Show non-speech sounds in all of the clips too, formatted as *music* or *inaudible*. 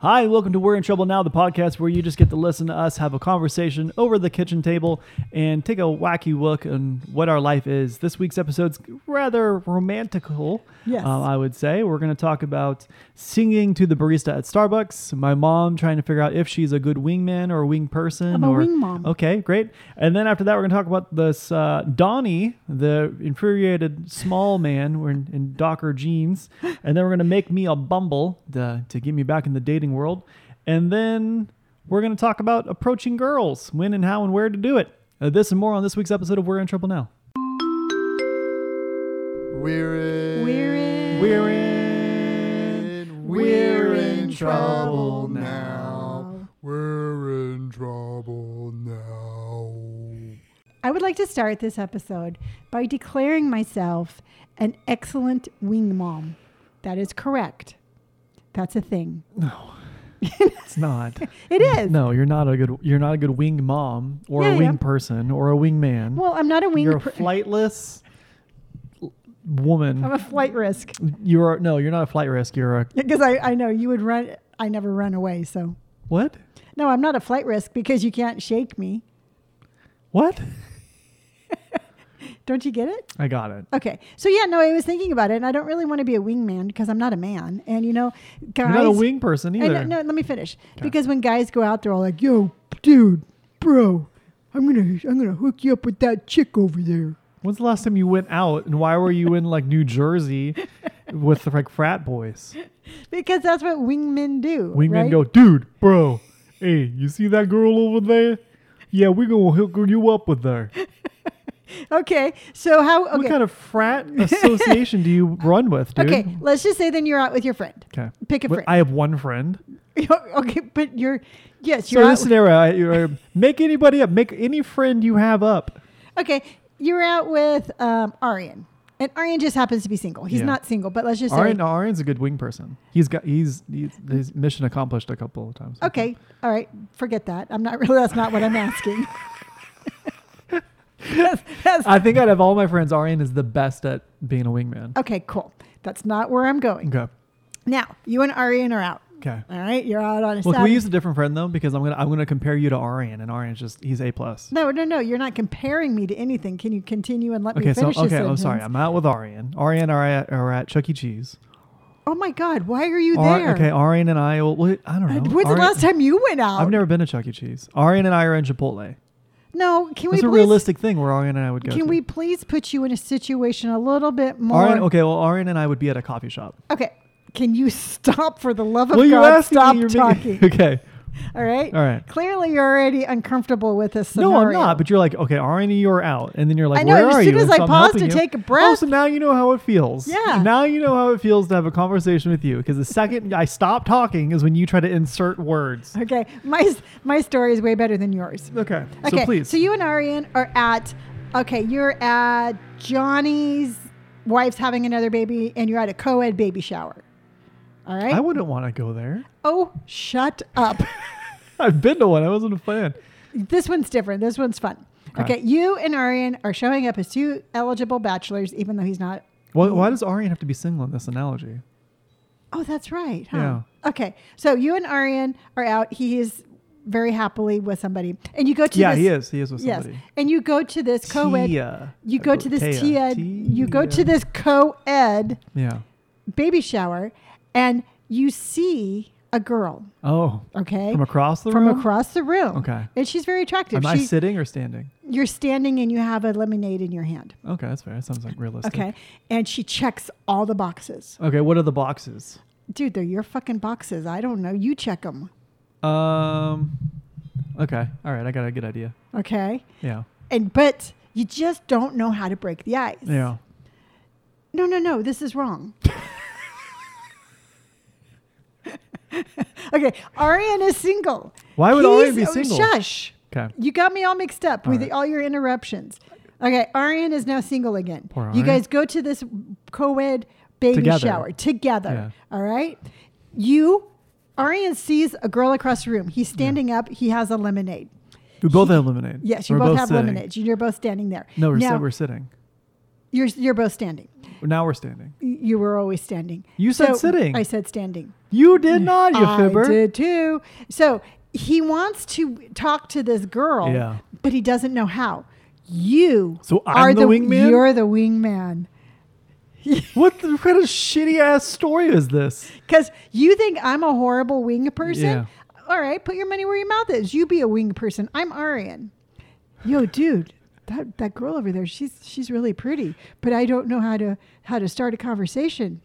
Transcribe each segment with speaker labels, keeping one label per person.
Speaker 1: Hi, and welcome to We're in Trouble Now, the podcast where you just get to listen to us have a conversation over the kitchen table and take a wacky look on what our life is. This week's episode's rather romantical,
Speaker 2: Yes.
Speaker 1: uh, I would say. We're going to talk about singing to the barista at Starbucks, my mom trying to figure out if she's a good wingman or a wing person.
Speaker 2: I'm a
Speaker 1: or,
Speaker 2: wing mom.
Speaker 1: Okay, great. And then after that, we're going to talk about this uh, Donnie, the infuriated small man we're in, in Docker jeans. And then we're going to make me a bumble to, to get me back in the dating world. And then we're going to talk about approaching girls, when and how and where to do it. Uh, this and more on this week's episode of We're in Trouble Now.
Speaker 3: We're in.
Speaker 2: We're in.
Speaker 1: We're in.
Speaker 3: in.
Speaker 1: We're in trouble now.
Speaker 3: We're in trouble
Speaker 1: *laughs*
Speaker 3: now.
Speaker 2: I would like to start this episode by declaring myself an excellent wing mom. That is correct. That's a thing.
Speaker 1: It's not.
Speaker 2: *laughs* It is.
Speaker 1: No, you're not a good. You're not a good winged mom or
Speaker 2: Yeah,
Speaker 1: a
Speaker 2: yeah.
Speaker 1: wing person or a wingman.
Speaker 2: Well, I'm not a wing.
Speaker 1: you're a
Speaker 2: per-
Speaker 1: flightless l-
Speaker 2: *laughs* I'm
Speaker 1: woman.
Speaker 2: a flight risk
Speaker 1: You're no, you're not a flight risk. You're a
Speaker 2: because I, I know you would run. I never run away. So
Speaker 1: what?
Speaker 2: no, I'm not a flight risk because you can't shake me.
Speaker 1: What?
Speaker 2: Don't you get it?
Speaker 1: I got it.
Speaker 2: Okay. So yeah, no, I was thinking about it, and I don't really want to be a wingman because I'm not a man. And you know, guys,
Speaker 1: You're not a wing person
Speaker 2: And
Speaker 1: either.
Speaker 2: no, no, let me finish. Because when guys go out, they're all like, "Yo, dude, bro, I'm gonna, I'm gonna hook you up with that chick over there."
Speaker 1: When's the last time you went out, and why were you in like New Jersey with like frat boys?
Speaker 2: Because that's what wingmen do.
Speaker 1: Wingmen
Speaker 2: right?
Speaker 1: go, dude, bro. Hey, you see that girl over there? Yeah, we're gonna hook you up with her.
Speaker 2: Okay, so how? Okay,
Speaker 1: What kind of frat association do you run with, dude?
Speaker 2: okay. Let's just say then you're out with your friend. *laughs*
Speaker 1: Okay.
Speaker 2: Pick a
Speaker 1: Wait,
Speaker 2: friend.
Speaker 1: I have one friend.
Speaker 2: okay, but you're, yes,
Speaker 1: So
Speaker 2: you're
Speaker 1: in
Speaker 2: out.
Speaker 1: this scenario, I, you're, make anybody up, make any friend you have up.
Speaker 2: okay, you're out with um, Aryan, and Aryan just happens to be single. He's
Speaker 1: Yeah.
Speaker 2: not single, but let's just say.
Speaker 1: Aryan, uh, Aryan's a good wing person. He's got he's, he's his mission accomplished a couple of times.
Speaker 2: Okay, all right, forget that. I'm not *laughs* really. That's not what I'm asking. *laughs* that's, that's
Speaker 1: I think out of all my friends, Aryan is the best at being a wingman.
Speaker 2: Okay, cool. That's not where I'm going.
Speaker 1: Okay.
Speaker 2: Now, you and Aryan are out.
Speaker 1: Okay.
Speaker 2: All right, you're out on a
Speaker 1: Well, can we
Speaker 2: Saturday.
Speaker 1: use a different friend though? Because I'm gonna I'm gonna compare you to Aryan, and Aryan's just he's a plus.
Speaker 2: no, no, no. You're not comparing me to anything. Can you continue and let
Speaker 1: Okay,
Speaker 2: me
Speaker 1: so
Speaker 2: finish this
Speaker 1: okay, I'm
Speaker 2: sentence?
Speaker 1: sorry. I'm out with Aryan. Aryan are at, are at Chuck E. Cheese.
Speaker 2: oh my God, why are you
Speaker 1: Ar-
Speaker 2: there?
Speaker 1: okay, Aryan and I. Well, wait, I don't know.
Speaker 2: When's the
Speaker 1: Aryan-
Speaker 2: last time you went out?
Speaker 1: I've never been to Chuck E. Cheese. Aryan and I are in Chipotle.
Speaker 2: No, can we
Speaker 1: That's a
Speaker 2: please?
Speaker 1: realistic thing where Aryan and I would go.
Speaker 2: can
Speaker 1: to.
Speaker 2: we please put you in a situation a little bit more?
Speaker 1: Aryan, okay, well, Aryan and I would be at a coffee shop.
Speaker 2: Okay, Can you stop for the love of
Speaker 1: Well, you
Speaker 2: God?
Speaker 1: asked me,
Speaker 2: Stop
Speaker 1: you're
Speaker 2: talking.
Speaker 1: making- *laughs* okay.
Speaker 2: all right.
Speaker 1: *laughs* All right.
Speaker 2: Clearly, you're already uncomfortable with this scenario.
Speaker 1: No, I'm not. But you're like, okay, Aryan, you're out, and then you're like,
Speaker 2: I know,
Speaker 1: where
Speaker 2: as
Speaker 1: are
Speaker 2: soon
Speaker 1: you?
Speaker 2: as
Speaker 1: And
Speaker 2: I
Speaker 1: so I'm
Speaker 2: paused to
Speaker 1: helping you.
Speaker 2: take a breath-
Speaker 1: Oh, so now you know how it feels.
Speaker 2: Yeah.
Speaker 1: Now you know how it feels to have a conversation with you because the second I stop talking is when you try to insert words.
Speaker 2: okay. My my story is way better than yours.
Speaker 1: Okay.
Speaker 2: Okay,
Speaker 1: So please.
Speaker 2: you and Arian are at, okay, you're at Johnny's wife's having another baby, and you're at a co ed baby shower. All right.
Speaker 1: I wouldn't want to go there.
Speaker 2: oh, shut up.
Speaker 1: *laughs*
Speaker 2: *laughs*
Speaker 1: I've been to one. I wasn't a fan.
Speaker 2: this one's different. This one's fun.
Speaker 1: Okay.
Speaker 2: Okay. You and Arian are showing up as two eligible bachelors, even though he's not.
Speaker 1: Why, why does Aryan have to be single in this analogy?
Speaker 2: Oh, that's right. Huh?
Speaker 1: Yeah.
Speaker 2: Okay. So you and Arian are out. He is very happily with somebody. And you go to
Speaker 1: yeah,
Speaker 2: this.
Speaker 1: he is. He is with
Speaker 2: Yes.
Speaker 1: somebody.
Speaker 2: And you go to this co ed.
Speaker 1: Tia.
Speaker 2: You go to this
Speaker 1: Tia.
Speaker 2: Tia. You go to
Speaker 1: Tia.
Speaker 2: this co ed
Speaker 1: Yeah.
Speaker 2: baby shower and you see a girl,
Speaker 1: Oh.
Speaker 2: okay?
Speaker 1: From across the
Speaker 2: From
Speaker 1: room?
Speaker 2: across the room.
Speaker 1: Okay.
Speaker 2: And she's very attractive.
Speaker 1: Am I
Speaker 2: She's,
Speaker 1: sitting or standing?
Speaker 2: you're standing and you have a lemonade in your hand.
Speaker 1: Okay, that's fair. That sounds like realistic.
Speaker 2: Okay. And she checks all the boxes.
Speaker 1: Okay, what are the boxes?
Speaker 2: Dude, they're your fucking boxes. I don't know. You check them.
Speaker 1: Um Okay. All right, I got a good idea.
Speaker 2: Okay.
Speaker 1: Yeah.
Speaker 2: And, but you just don't know how to break the ice.
Speaker 1: Yeah.
Speaker 2: No, no, no. This is wrong. *laughs* okay. Arian is single.
Speaker 1: Why would
Speaker 2: He's-
Speaker 1: Aryan be
Speaker 2: oh,
Speaker 1: single?
Speaker 2: Shush.
Speaker 1: Okay.
Speaker 2: You got me all mixed up
Speaker 1: All
Speaker 2: with
Speaker 1: right.
Speaker 2: all your interruptions. Okay, Aryan is now single again.
Speaker 1: Poor
Speaker 2: you
Speaker 1: Aryan.
Speaker 2: guys go to this co-ed baby
Speaker 1: Together.
Speaker 2: shower together.
Speaker 1: Yeah.
Speaker 2: All right. You Aryan sees a girl across the room. He's standing up. He has a lemonade.
Speaker 1: We both have lemonade.
Speaker 2: Yes, you
Speaker 1: We're
Speaker 2: both, have
Speaker 1: sitting.
Speaker 2: lemonades. You're both standing there.
Speaker 1: No, we're, si-
Speaker 2: Now-
Speaker 1: we're sitting.
Speaker 2: You're you're both standing.
Speaker 1: Now we're standing.
Speaker 2: You were always standing.
Speaker 1: You said sitting.
Speaker 2: I said standing.
Speaker 1: You did not, you
Speaker 2: Mm, I
Speaker 1: fibber.
Speaker 2: did too. So he wants to talk to this girl,
Speaker 1: Yeah.
Speaker 2: but he doesn't know how. You
Speaker 1: So I'm
Speaker 2: are
Speaker 1: the wingman?
Speaker 2: You're the wingman. *laughs*
Speaker 1: What the, what kind of shitty ass story is this?
Speaker 2: Because you think I'm a horrible wing person?
Speaker 1: Yeah.
Speaker 2: All right, put your money where your mouth is. You be a wing person. I'm Aryan. Yo, dude, that, that girl over there, she's she's really pretty, but I don't know how to how to start a conversation.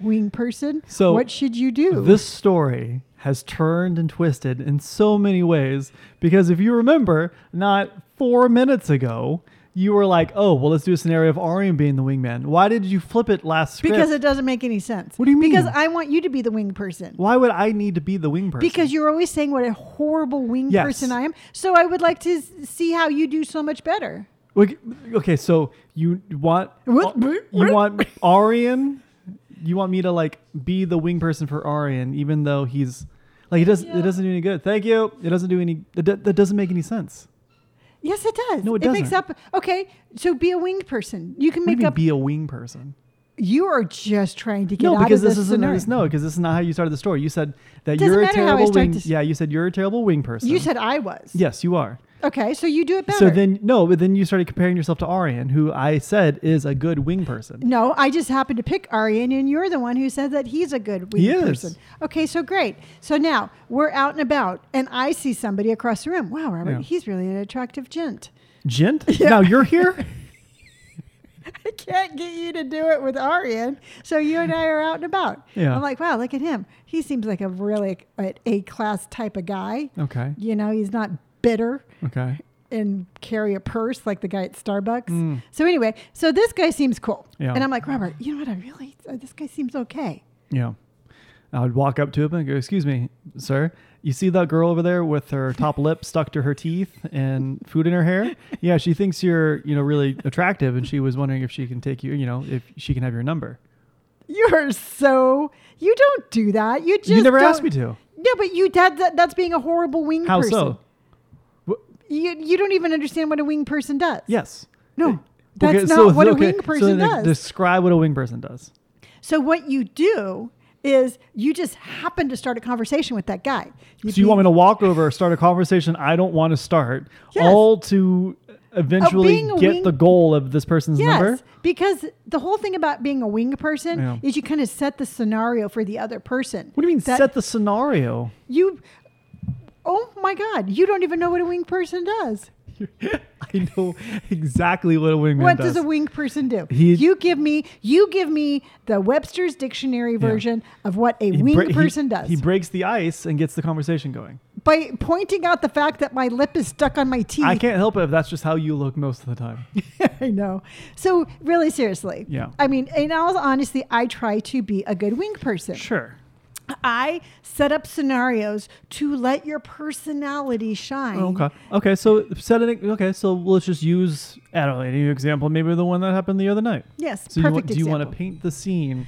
Speaker 2: Wing person.
Speaker 1: So
Speaker 2: what should you do?
Speaker 1: This story has turned and twisted in so many ways because if you remember, not four minutes ago, you were like, "Oh, well, let's do a scenario of Aryan being the wingman." Why did you flip it last script?
Speaker 2: because it doesn't make any sense.
Speaker 1: What do you mean?
Speaker 2: Because I want you to be the wing person.
Speaker 1: Why would I need to be the wing person?
Speaker 2: Because you're always saying what a horrible wing
Speaker 1: Yes.
Speaker 2: person I am. So I would like to s- see how you do so much better.
Speaker 1: okay, okay, so you want uh,
Speaker 2: What?
Speaker 1: you want Aryan? You want me to like be the wing person for Aryan, even though he's like it doesn't
Speaker 2: Yeah.
Speaker 1: it doesn't do any good. Thank you. It doesn't do any. It, do- that doesn't make any sense.
Speaker 2: Yes, it does.
Speaker 1: No, it
Speaker 2: makes
Speaker 1: doesn't.
Speaker 2: up. Okay, so be a wing person. You can
Speaker 1: What do you
Speaker 2: make
Speaker 1: mean
Speaker 2: up.
Speaker 1: be a wing person?
Speaker 2: you are just trying to get
Speaker 1: no,
Speaker 2: out
Speaker 1: because
Speaker 2: of this,
Speaker 1: this isn't
Speaker 2: scenario.
Speaker 1: this, no, because this is not how you started the story. You said that
Speaker 2: Doesn't
Speaker 1: you're a
Speaker 2: matter how I
Speaker 1: terrible
Speaker 2: start
Speaker 1: wing.
Speaker 2: this-
Speaker 1: Yeah, you said you're a terrible wing person.
Speaker 2: You said I was.
Speaker 1: yes, you are.
Speaker 2: Okay, so you do it better.
Speaker 1: So then no, but then you started comparing yourself to Aryan, who I said is a good wing person.
Speaker 2: No, I just happened to pick Aryan, and you're the one who said that he's a good wing
Speaker 1: He is.
Speaker 2: person. Okay, so great. So now we're out and about, and I see somebody across the room. Wow, Robert,
Speaker 1: Yeah.
Speaker 2: he's really an attractive gent.
Speaker 1: Gent, now you're here.
Speaker 2: *laughs* I can't get you to do it with Aryan. So you and I are out and about.
Speaker 1: Yeah.
Speaker 2: I'm like, wow, look at him. He seems like a really A class type of guy.
Speaker 1: Okay.
Speaker 2: You know, he's not bitter
Speaker 1: Okay.
Speaker 2: and carry a purse like the guy at Starbucks.
Speaker 1: Mm.
Speaker 2: So anyway, so this guy seems cool.
Speaker 1: Yeah.
Speaker 2: And I'm like, Robert, you know what? I really, uh, this guy seems okay.
Speaker 1: Yeah. I would walk up to him and go, "Excuse me, sir. You see that girl over there with
Speaker 2: *laughs*
Speaker 1: her top lip stuck to her teeth and food in her hair? Yeah, she thinks you're, you know, really attractive, and she was wondering if she can take you, you know, if she can have your number.
Speaker 2: You're so, you don't do that. You just
Speaker 1: you never asked
Speaker 2: don't-
Speaker 1: me to.
Speaker 2: No, but you that, that that's being a horrible wing
Speaker 1: How
Speaker 2: person.
Speaker 1: so?
Speaker 2: You, you don't even understand what a wing person does.
Speaker 1: Yes.
Speaker 2: No, that's
Speaker 1: Okay,
Speaker 2: not
Speaker 1: so-
Speaker 2: what a
Speaker 1: okay,
Speaker 2: wing
Speaker 1: so
Speaker 2: person
Speaker 1: then
Speaker 2: does.
Speaker 1: Describe what a wing person does.
Speaker 2: So what you do is you just happen to start a conversation with that guy.
Speaker 1: so you want me to walk over, start a conversation I don't want to start,
Speaker 2: Yes.
Speaker 1: all to eventually
Speaker 2: being a
Speaker 1: get
Speaker 2: wing-
Speaker 1: the goal of this person's
Speaker 2: Yes,
Speaker 1: number?
Speaker 2: because the whole thing about being a wing person
Speaker 1: Yeah.
Speaker 2: is you kind of set the scenario for the other person.
Speaker 1: What do you mean
Speaker 2: That
Speaker 1: set the scenario?
Speaker 2: you? Oh my God! You don't even know what a wing person does.
Speaker 1: *laughs* I know exactly what a wingman
Speaker 2: what
Speaker 1: does.
Speaker 2: does a wing person do?
Speaker 1: He-
Speaker 2: you give me you give me the Webster's Dictionary version of what a wing
Speaker 1: bra- he-
Speaker 2: person does
Speaker 1: He breaks the ice and gets the conversation going.
Speaker 2: by pointing out the fact that my lip is stuck on my teeth.
Speaker 1: I can't help it if that's just how you look most of the time.
Speaker 2: *laughs* I know. So really seriously.
Speaker 1: Yeah.
Speaker 2: I mean, in all honesty, I try to be a good wing person.
Speaker 1: sure.
Speaker 2: I set up scenarios to let your personality shine.
Speaker 1: Oh, Okay. Okay. So set an, Okay. So let's just use I don't know any example. Maybe the one that happened the other night.
Speaker 2: Yes.
Speaker 1: So you want,
Speaker 2: perfect
Speaker 1: do you want to
Speaker 2: example.
Speaker 1: paint the scene?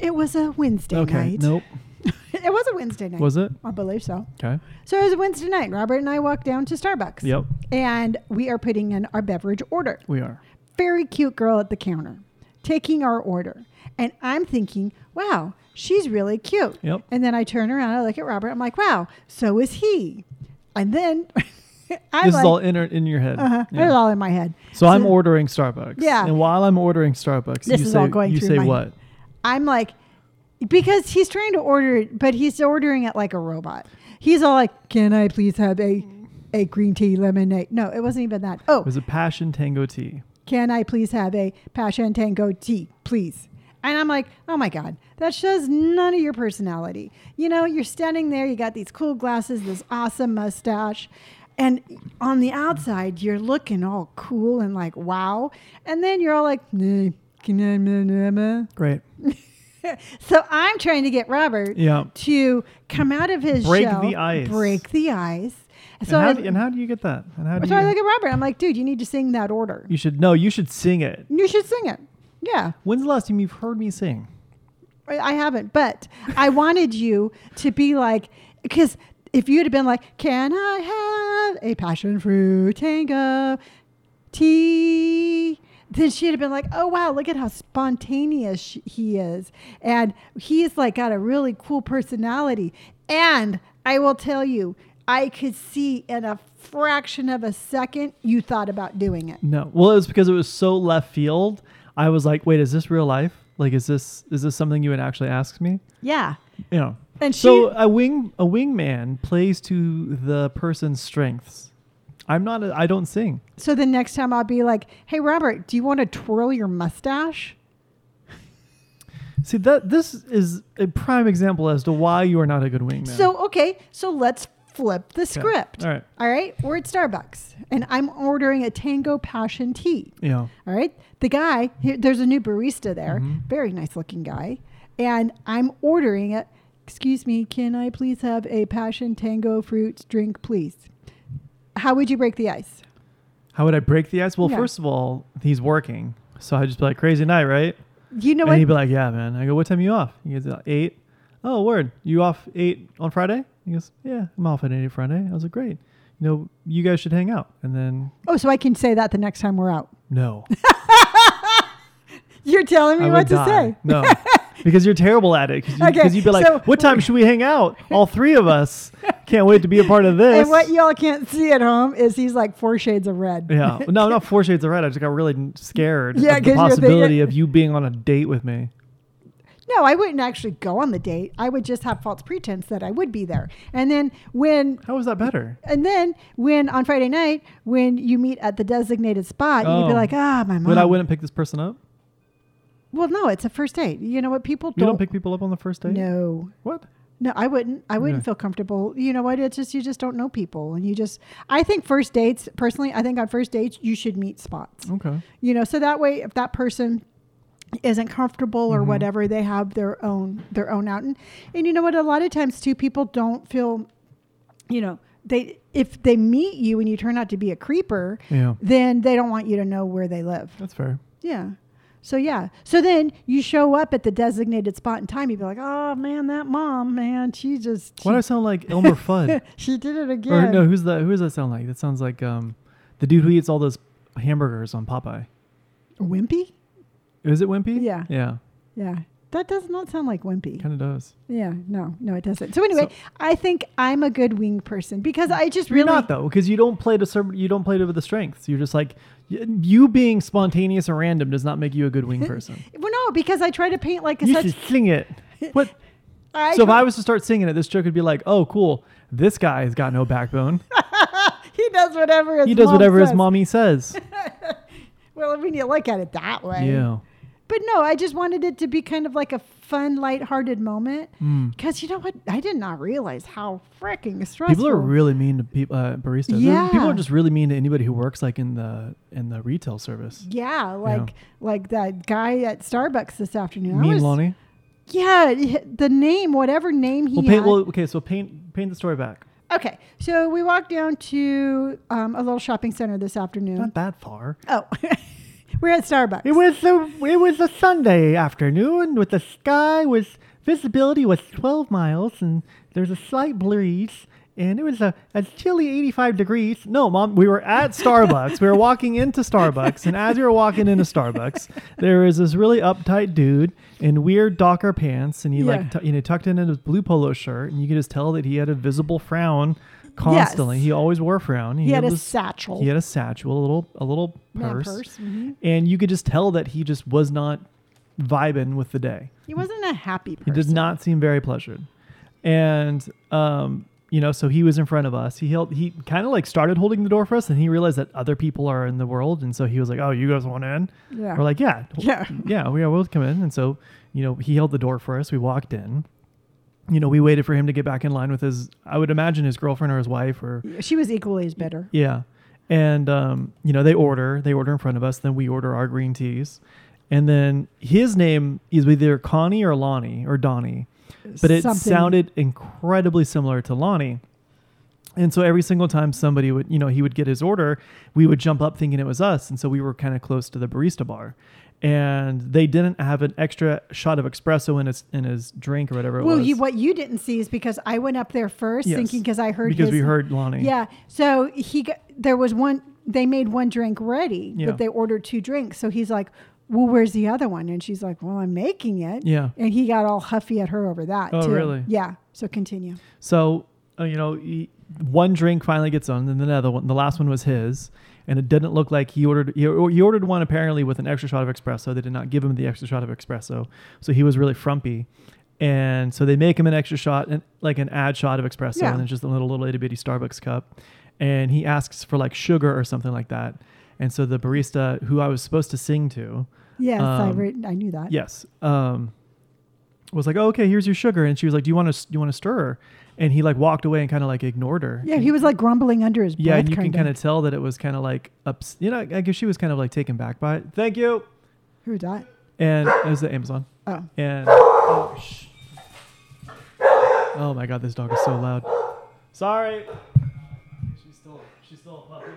Speaker 2: It was a Wednesday
Speaker 1: okay.
Speaker 2: night.
Speaker 1: Nope.
Speaker 2: *laughs* it was a Wednesday night.
Speaker 1: Was it?
Speaker 2: I believe so.
Speaker 1: Okay.
Speaker 2: So it was a Wednesday night. Robert and I walked down to Starbucks.
Speaker 1: Yep.
Speaker 2: And we are putting in our beverage order.
Speaker 1: We are.
Speaker 2: very cute girl at the counter taking our order. And I'm thinking, wow, she's really cute.
Speaker 1: Yep.
Speaker 2: And then I turn around, I look at Robert, I'm like, wow, so is he. And then *laughs* I'm
Speaker 1: this
Speaker 2: like,
Speaker 1: is all in in your head.
Speaker 2: uh-huh,
Speaker 1: Yeah.
Speaker 2: it's all in my head.
Speaker 1: So, I'm ordering Starbucks.
Speaker 2: Yeah.
Speaker 1: And while I'm ordering Starbucks,
Speaker 2: This
Speaker 1: you
Speaker 2: is
Speaker 1: say
Speaker 2: all going
Speaker 1: you
Speaker 2: through
Speaker 1: say
Speaker 2: my-
Speaker 1: what?
Speaker 2: I'm like, because he's trying to order it, but he's ordering it like a robot. He's all like, can I please have a, a green tea lemonade? No, it wasn't even that. Oh,
Speaker 1: It was a passion tango tea.
Speaker 2: can I please have a passion tango tea, please? And I'm like, oh my God, that shows none of your personality. You know, you're standing there, you got these cool glasses, this awesome mustache. And on the outside, you're looking all cool and like, wow. And then you're all like, "Nah, can I- nah, nah, nah."
Speaker 1: Great.
Speaker 2: so I'm trying to get Robert
Speaker 1: Yeah.
Speaker 2: to come out of his
Speaker 1: Break
Speaker 2: shell,
Speaker 1: the ice.
Speaker 2: break the ice. So,
Speaker 1: and, how,
Speaker 2: I,
Speaker 1: do- and how do you get that? And how do
Speaker 2: so
Speaker 1: you,
Speaker 2: I look at Robert, I'm like, dude, you need to sing that order.
Speaker 1: you should no, you should sing it.
Speaker 2: You should sing it. Yeah.
Speaker 1: When's the last time you've heard me sing?
Speaker 2: I I haven't, but I wanted you to be like, because if you'd have been like, can I have a passion fruit tango tea? then she'd have been like, oh, wow, look at how spontaneous sh- he is. And he's like got a really cool personality. And I will tell you, I could see in a fraction of a second you thought about doing it.
Speaker 1: No. Well, it was because it was so left field. I was like, wait, is this real life? Like, is this is this something you would actually ask me?
Speaker 2: Yeah.
Speaker 1: You know.
Speaker 2: And
Speaker 1: so
Speaker 2: she-
Speaker 1: a wing a wingman plays to the person's strengths. I'm not. A, I don't sing.
Speaker 2: So the next time I'll be like, hey, Robert, do you want to twirl your mustache?
Speaker 1: See that this is a prime example as to why you are not a good wingman.
Speaker 2: So, okay, so let's flip the script.
Speaker 1: All right.
Speaker 2: All right, we're at Starbucks and I'm ordering a Tango Passion Tea.
Speaker 1: you know,
Speaker 2: All right. The guy, here, there's a new barista there,
Speaker 1: Mm-hmm.
Speaker 2: very nice looking guy. And I'm ordering it. Excuse me, can I please have a passion tango fruit drink, please? How would you break the ice?
Speaker 1: how would I break the ice? Well,
Speaker 2: Yeah.
Speaker 1: first of all, he's working, so I just be like, crazy night, right?
Speaker 2: You know
Speaker 1: and he'd
Speaker 2: what?
Speaker 1: be like, yeah, man. I go, what time you off? He goes, "Uh, eight. Oh, word. You off eight on Friday? He goes, yeah, I'm off at eight on Friday. I was like, great. You know, you guys should hang out. And then,
Speaker 2: Oh, so I can say that the next time we're out. *laughs*
Speaker 1: no.
Speaker 2: You're telling me
Speaker 1: I
Speaker 2: what
Speaker 1: would
Speaker 2: to
Speaker 1: die.
Speaker 2: say.
Speaker 1: No.
Speaker 2: *laughs*
Speaker 1: Because you're terrible at it. Because you,
Speaker 2: Okay,
Speaker 1: 'cause you'd be like,
Speaker 2: so-
Speaker 1: what time should we hang out? All three of us. Can't wait to be a part of this.
Speaker 2: And what y'all can't see at home is he's like four shades of red.
Speaker 1: yeah. No, not Four Shades of Red. I just got really scared
Speaker 2: Yeah,
Speaker 1: of
Speaker 2: 'cause
Speaker 1: the
Speaker 2: you're thinking-
Speaker 1: possibility of you being on a date with me.
Speaker 2: No, I wouldn't actually go on the date. I would just have false pretense that I would be there. And then when
Speaker 1: How is that better?
Speaker 2: And then when on Friday night, when you meet at the designated spot, you'd be
Speaker 1: Oh.
Speaker 2: like, ah, my mom.
Speaker 1: But I wouldn't pick this person up?
Speaker 2: Well, no, it's a first date. You know what? People
Speaker 1: You
Speaker 2: don't.
Speaker 1: don't pick people up on the first date?
Speaker 2: no.
Speaker 1: What?
Speaker 2: No, I wouldn't. I wouldn't
Speaker 1: Yeah.
Speaker 2: feel comfortable. You know what? It's just you just don't know people, and you just. I think first dates. Personally, I think on first dates you should meet spots.
Speaker 1: Okay.
Speaker 2: You know, so that way, if that person isn't comfortable or
Speaker 1: Mm-hmm.
Speaker 2: whatever, they have their own their own out. And, and you know what? A lot of times too, people don't feel. You know, they if they meet you and you turn out to be a creeper,
Speaker 1: Yeah.
Speaker 2: then they don't want you to know where they live.
Speaker 1: That's fair.
Speaker 2: *laughs* Yeah. So yeah. So then you show up at the designated spot in time. You'd be like, "Oh man, that mom, man, she just she,
Speaker 1: Why do I sound like Elmer
Speaker 2: *laughs*
Speaker 1: Fudd?
Speaker 2: she did it
Speaker 1: Or
Speaker 2: again."
Speaker 1: no, who's that? Who does that sound like? That sounds like um, the dude who eats all those hamburgers on Popeye.
Speaker 2: Wimpy?
Speaker 1: Is it Wimpy?
Speaker 2: Yeah.
Speaker 1: Yeah,
Speaker 2: Yeah, that does not sound like Wimpy.
Speaker 1: kind of does.
Speaker 2: Yeah, no, no, it doesn't. So anyway, I think I'm a good wing person because I just really
Speaker 1: You're not though, because you don't play to serve, you don't play to the strengths. You're just like y- you being spontaneous and random does not make you a good
Speaker 2: *laughs*
Speaker 1: wing person.
Speaker 2: well, no, because I try to paint like a
Speaker 1: you
Speaker 2: such.
Speaker 1: should sing it. What?
Speaker 2: *laughs* I
Speaker 1: so if
Speaker 2: try- *laughs*
Speaker 1: I was to start singing it, this joke would be like, "Oh, cool! This guy has got no
Speaker 2: *laughs*
Speaker 1: backbone.
Speaker 2: he does whatever his
Speaker 1: He does
Speaker 2: mom
Speaker 1: whatever
Speaker 2: says.
Speaker 1: his mommy says."
Speaker 2: *laughs* Well, when you look at it that way,
Speaker 1: yeah.
Speaker 2: But no, I just wanted it to be kind of like a fun, lighthearted moment. Because you know what? I did not realize how freaking stressful.
Speaker 1: Hmm. People are really mean to people uh, baristas. They're- People
Speaker 2: Yeah.
Speaker 1: are just really mean to anybody who works like in the in the retail service.
Speaker 2: Yeah, like like that guy at Starbucks this afternoon. I
Speaker 1: mean
Speaker 2: was-
Speaker 1: Lonnie.
Speaker 2: Yeah, the name, whatever name he
Speaker 1: Well,
Speaker 2: had.
Speaker 1: paint, well, okay, so paint paint the story back.
Speaker 2: okay, so we walked down to um, a little shopping center this afternoon.
Speaker 1: Not that far.
Speaker 2: Oh, *laughs* we're at Starbucks.
Speaker 1: It was a, it was a Sunday afternoon with the sky was visibility was 12 miles and there's a slight breeze and it was a, a chilly 85 degrees. No, mom, we were at Starbucks. we were walking into Starbucks and as we were walking into Starbucks, there is this really uptight dude in weird Docker pants and he like
Speaker 2: Yeah.
Speaker 1: tu you know tucked in in his blue polo shirt and you could just tell that he had a visible frown constantly.
Speaker 2: Yes.
Speaker 1: He always wore a frown.
Speaker 2: he had a
Speaker 1: this-
Speaker 2: satchel.
Speaker 1: he had a satchel, a little a little
Speaker 2: Man,
Speaker 1: purse,
Speaker 2: purse, mhm.
Speaker 1: and you could just tell that he just was not vibing with the day.
Speaker 2: He wasn't a happy
Speaker 1: He
Speaker 2: person.
Speaker 1: did not seem very pleasured, and um, you know, so he was in front of us. He held he kind of like started holding the door for us, and he realized that other people are in the world, and so he was like, "Oh, you guys want in?"
Speaker 2: Yeah.
Speaker 1: We're like, "Yeah,
Speaker 2: *laughs* Yeah.
Speaker 1: yeah, we will come in." And so you know, he held the door for us. We walked in. You know, we waited for him to get back in line with his, I would imagine his girlfriend or his wife or
Speaker 2: She was equally as bitter.
Speaker 1: yeah. And um, you know, they order, they order in front of us, then we order our green teas. And then his name is either Connie or Lonnie or Donnie. But it
Speaker 2: Something.
Speaker 1: sounded incredibly similar to Lonnie. And so every single time somebody would, you know, he would get his order, we would jump up thinking it was us. And so we were kind of close to the barista bar. And they didn't have an extra shot of espresso in his in his drink or whatever it
Speaker 2: Well,
Speaker 1: was.
Speaker 2: you, what you didn't see is because I went up there first,
Speaker 1: Yes.
Speaker 2: thinking because I heard
Speaker 1: because
Speaker 2: his,
Speaker 1: we heard Lonnie.
Speaker 2: Yeah, so he got, there was one they made one drink ready,
Speaker 1: Yeah.
Speaker 2: but they ordered two drinks. So he's like, well, where's the other one? And she's like, well, I'm making it.
Speaker 1: Yeah.
Speaker 2: And he got all huffy at her over that.
Speaker 1: Oh,
Speaker 2: too.
Speaker 1: really?
Speaker 2: Yeah. So continue.
Speaker 1: So uh, you know, he, one drink finally gets on, and then the other one, the last one was his, and it didn't look like he ordered. He, or- he ordered one apparently with an extra shot of espresso. They did not give him the extra shot of espresso, so he was really frumpy. And so they make him an extra shot, and like an ad shot of espresso,
Speaker 2: Yeah.
Speaker 1: and it's just a little little itty bitty Starbucks cup. And he asks for like sugar or something like that. And so the barista, who I was supposed to sing to,
Speaker 2: Yes, I,
Speaker 1: Um,
Speaker 2: re- I knew that.
Speaker 1: Yes. Um, was like, oh, okay, here's your sugar, and she was like, do you want to you want to stir? And he like walked away and kind of like ignored her.
Speaker 2: Yeah, he was like grumbling under his breath.
Speaker 1: Yeah, and you can
Speaker 2: kinda.
Speaker 1: kind of tell that it was kind of like ups. You know, I guess she was kind of like taken back by it. Thank you.
Speaker 2: Who that?
Speaker 1: And it was the Amazon.
Speaker 2: Oh,
Speaker 1: And oh, sh- oh my god, this dog is so loud. Sorry. She's still she's still a puppy.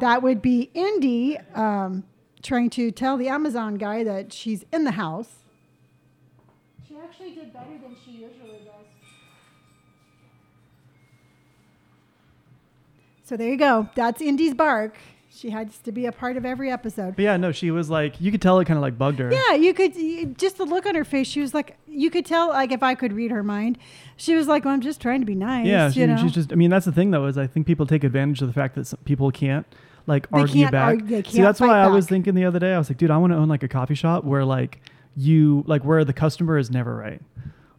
Speaker 2: that would be Indy um, trying to tell the Amazon guy that she's in the house.
Speaker 4: She actually did better than she usually does.
Speaker 2: So there you go. That's Indy's bark. She has to be a part of every episode.
Speaker 1: But yeah, no, she was like, you could tell it kind of like bugged her.
Speaker 2: Yeah, you could y- just the look on her face. She was like, you could tell, like if I could read her mind, she was like, well, "I'm just trying to be nice."
Speaker 1: Yeah,
Speaker 2: you
Speaker 1: she,
Speaker 2: know?
Speaker 1: she's just. I mean, that's the thing though is I think people take advantage of the fact that some people can't like
Speaker 2: They
Speaker 1: argue
Speaker 2: can't
Speaker 1: back.
Speaker 2: argue- they
Speaker 1: See,
Speaker 2: can't
Speaker 1: that's why
Speaker 2: fight
Speaker 1: I was
Speaker 2: back.
Speaker 1: thinking the other day. I was like, dude, I want to own like a coffee shop where like you like where the customer is never right.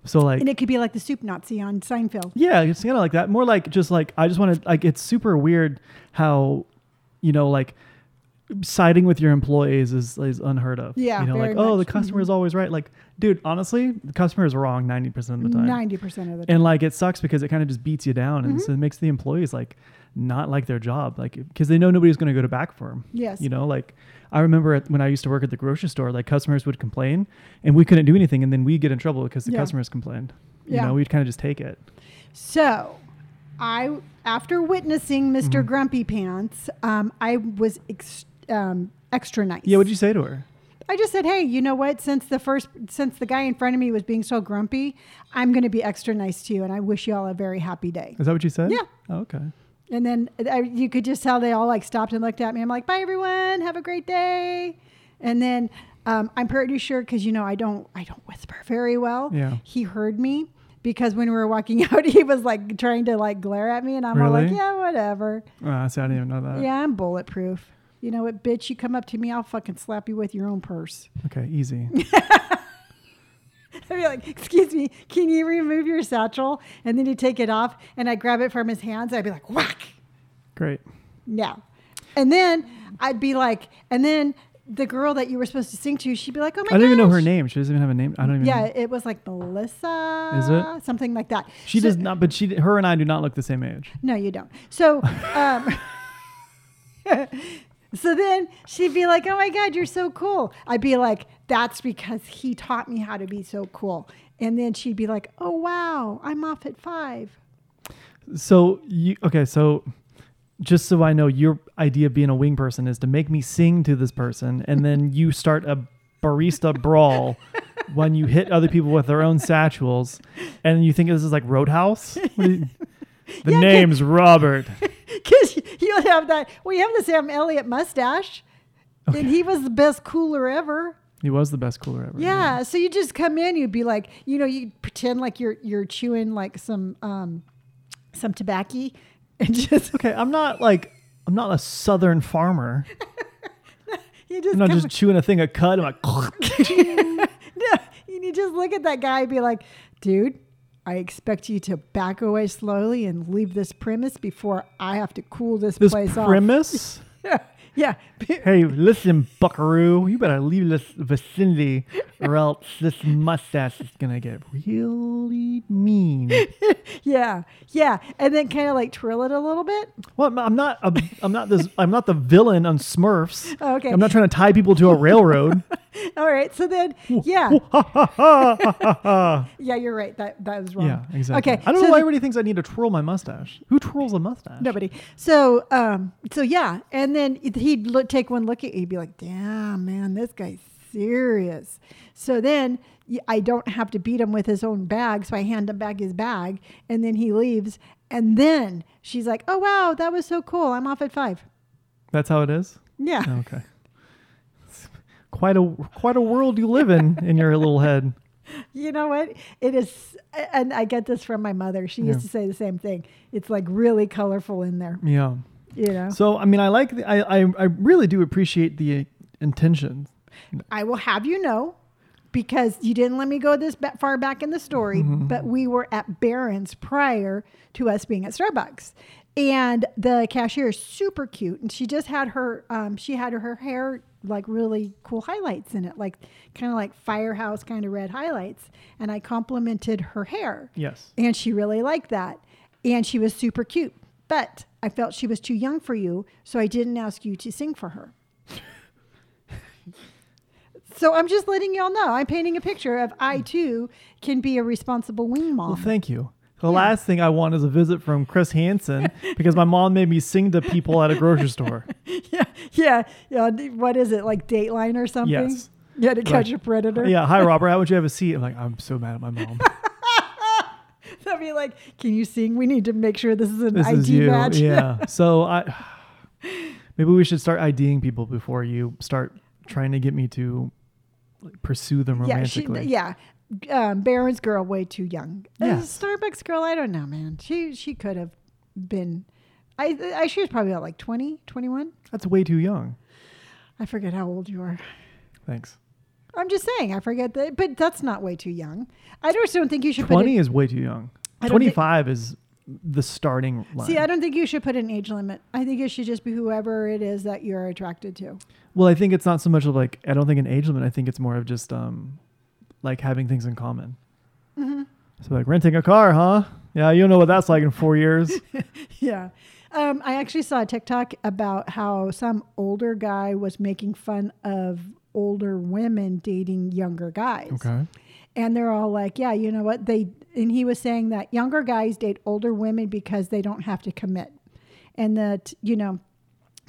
Speaker 1: So like.
Speaker 2: and it could be like the soup Nazi on Seinfeld.
Speaker 1: yeah, it's kind of like that. More like just like I just want to like it's super weird how you know like siding with your employees is is unheard of.
Speaker 2: Yeah,
Speaker 1: you know
Speaker 2: very
Speaker 1: like oh the
Speaker 2: much. Mm-hmm.
Speaker 1: customer is always right. Like dude, honestly, the customer is wrong ninety percent of the time
Speaker 2: Ninety percent of the time.
Speaker 1: and like it sucks because it kind of just beats you down
Speaker 2: Mm-hmm.
Speaker 1: and so it makes the employees like not like their job like because they know nobody's going to go to back for them
Speaker 2: Yes.
Speaker 1: you know like i remember at, when i used to work at the grocery store like customers would complain and we couldn't do anything and then we'd get in trouble because the
Speaker 2: Yeah.
Speaker 1: customers complained you
Speaker 2: Yeah.
Speaker 1: know we'd kind of just take it
Speaker 2: So, I after witnessing mister
Speaker 1: Mm-hmm.
Speaker 2: Grumpy Pants, um, I was ex- um, extra nice.
Speaker 1: yeah what'd you say to her
Speaker 2: I just said, hey, you know what? Since the first, since the guy in front of me was being so grumpy, I'm going to be extra nice to you, and I wish you all a very happy day.
Speaker 1: is that what you said
Speaker 2: Yeah.
Speaker 1: oh, okay
Speaker 2: And then uh, I, you could just tell they all like stopped and looked at me. I'm like, bye everyone, have a great day. And then um, I'm pretty sure because you know I don't I don't whisper very well.
Speaker 1: Yeah.
Speaker 2: He heard me because when we were walking *laughs* out, he was like trying to like glare at me, and I'm all like,
Speaker 1: Really?
Speaker 2: yeah, whatever.
Speaker 1: Ah, see, i didn't even know that
Speaker 2: yeah, I'm bulletproof. You know what, bitch? You come up to me, I'll fucking slap you with your own purse. *laughs*
Speaker 1: okay easy
Speaker 2: Oh I'd be like, excuse me, can you remove your satchel? And then he'd take it off, and I'd grab it from his hands, and I'd be like, whack.
Speaker 1: great
Speaker 2: No. And then I'd be like, and then the girl that you were supposed to sing to, she'd be like, oh my
Speaker 1: i don't even know her
Speaker 2: gosh.
Speaker 1: name she doesn't even have a name i don't even
Speaker 2: Yeah,
Speaker 1: know.
Speaker 2: it was like Melissa.
Speaker 1: Is it?
Speaker 2: Something like that.
Speaker 1: she
Speaker 2: So-
Speaker 1: does not but she her and i do not look the same age
Speaker 2: No, you don't.
Speaker 1: *laughs*
Speaker 2: So, um, *laughs* so then she'd be like, oh my God, you're so cool. I'd be like, that's because he taught me how to be so cool. And then she'd be like, oh wow, I'm off at five. *laughs*
Speaker 1: So you okay? So just so I know, your idea of being a wing person is to make me sing to this person, and then
Speaker 2: *laughs*
Speaker 1: you start a barista brawl when you hit other people with their own satchels, and you think this is like Roadhouse. What do
Speaker 2: *laughs*
Speaker 1: you- the
Speaker 2: Yeah, 'cause-
Speaker 1: name's Robert.
Speaker 2: Because you'll have that. We have the Sam Elliott mustache, and he was the best cooler ever.
Speaker 1: He was the best cooler ever.
Speaker 2: Yeah. So you just come in, you'd be like, you know, you pretend like you're you're chewing like some um some tobacco *laughs* and just
Speaker 1: Okay, I'm not like I'm not a southern
Speaker 2: *laughs*
Speaker 1: farmer.
Speaker 2: you just
Speaker 1: I'm not
Speaker 2: come-
Speaker 1: just chewing a thing of cud. I'm like,
Speaker 2: *laughs*
Speaker 1: *laughs*
Speaker 2: no, and you just look at that guy and be like, dude, I expect you to back away slowly and leave this premise before I have to cool this,
Speaker 1: this
Speaker 2: place
Speaker 1: premise.
Speaker 2: off. *laughs* yeah. *laughs*
Speaker 1: Hey, listen, buckaroo, you better leave this vicinity or else this mustache is gonna get really mean.
Speaker 2: Yeah. Yeah. And then kind of like twirl it a little bit.
Speaker 1: Well, I'm- I'm not a, I'm not this I'm not the villain on Smurfs.
Speaker 2: Oh, okay.
Speaker 1: I'm not trying to tie people to a railroad.
Speaker 2: *laughs* All right. So then, yeah.
Speaker 1: yeah,
Speaker 2: *laughs* Yeah, you're right. That that was wrong.
Speaker 1: exactly.
Speaker 2: Okay.
Speaker 1: I don't
Speaker 2: so
Speaker 1: know why
Speaker 2: the-
Speaker 1: everybody thinks I need to twirl my mustache. Who twirls a mustache?
Speaker 2: Nobody. So, um, so yeah, and then he'd look, take one look at you, he'd be like, "Damn, man, this guy serious. So then y- I don't have to beat him with his own bag. So I hand him back his bag and then he leaves. And then she's like, oh, wow, that was so cool. I'm off at five.
Speaker 1: That's how it is.
Speaker 2: Yeah.
Speaker 1: Okay. It's quite a quite a world you live in in your little head.
Speaker 2: *laughs* You know what? It is. And I get this from my mother. She
Speaker 1: Yeah.
Speaker 2: used to say the same thing. It's like really colorful in there,
Speaker 1: Yeah.
Speaker 2: you know?
Speaker 1: So I mean, I like the, I, I I really do appreciate the intention.
Speaker 2: I will have you know, because you didn't let me go this ba- far back in the story, but we were at Barron's prior to us being at Starbucks. And the cashier is super cute, and she just had her um, she had her hair like really cool highlights in it, like kind of like firehouse kind of red highlights. And I complimented her hair.
Speaker 1: Yes.
Speaker 2: And she really liked that. And she was super cute. But I felt she was too young for you, so I didn't ask you to sing
Speaker 1: *laughs*
Speaker 2: for her. so I'm just letting y'all know I'm painting a picture of I too can be a responsible wing mom.
Speaker 1: Mm. Well, thank you. The last thing I want is a visit from Chris
Speaker 2: *laughs*
Speaker 1: Hansen because my mom made me sing to people at a grocery store.
Speaker 2: yeah, *laughs* yeah, yeah. Uh, What is it like Dateline or *laughs* something?
Speaker 1: Yes.
Speaker 2: Yeah, to catch
Speaker 1: Like-
Speaker 2: a predator.
Speaker 1: Yeah, hi Robert, how would you have a seat? I'm like, I'm so mad at my mom.
Speaker 2: *laughs* They'll be like, "Can you sing? We need to make sure this is an
Speaker 1: This
Speaker 2: ID
Speaker 1: is you.
Speaker 2: match." *laughs*
Speaker 1: Yeah. So I *sighs* maybe we should start IDing people before you start trying to get me to like, pursue them
Speaker 2: yeah, she,
Speaker 1: romantically.
Speaker 2: yeah. Um, Baron's girl, way too young. Uh,
Speaker 1: Yes.
Speaker 2: Starbucks girl, I don't know, man. She she could have been. I, I she was probably about like 20, 21.
Speaker 1: That's way too young.
Speaker 2: I forget how old you are.
Speaker 1: Thanks.
Speaker 2: I'm just saying, I forget that, but that's not way too young. I just don't think you should put.
Speaker 1: Twenty
Speaker 2: An,
Speaker 1: is way too young.
Speaker 2: I don't thi-
Speaker 1: Twenty five is the starting line.
Speaker 2: see, I don't think you should put an age limit. I think it should just be whoever it is that you're
Speaker 1: *laughs*
Speaker 2: attracted to.
Speaker 1: well, I think it's not so much of like I don't think an age limit. I think it's more of just um like having things in common.
Speaker 2: Mm-hmm.
Speaker 1: So like renting a car, huh? Yeah, you'll know what that's like in four
Speaker 2: *laughs*
Speaker 1: years.
Speaker 2: Yeah. Um, I actually saw a TikTok about how some older guy was making fun of older women dating younger guys. And they're all like, yeah, you know what? They and he was saying that younger guys date older women because they don't have to commit. And that, you know,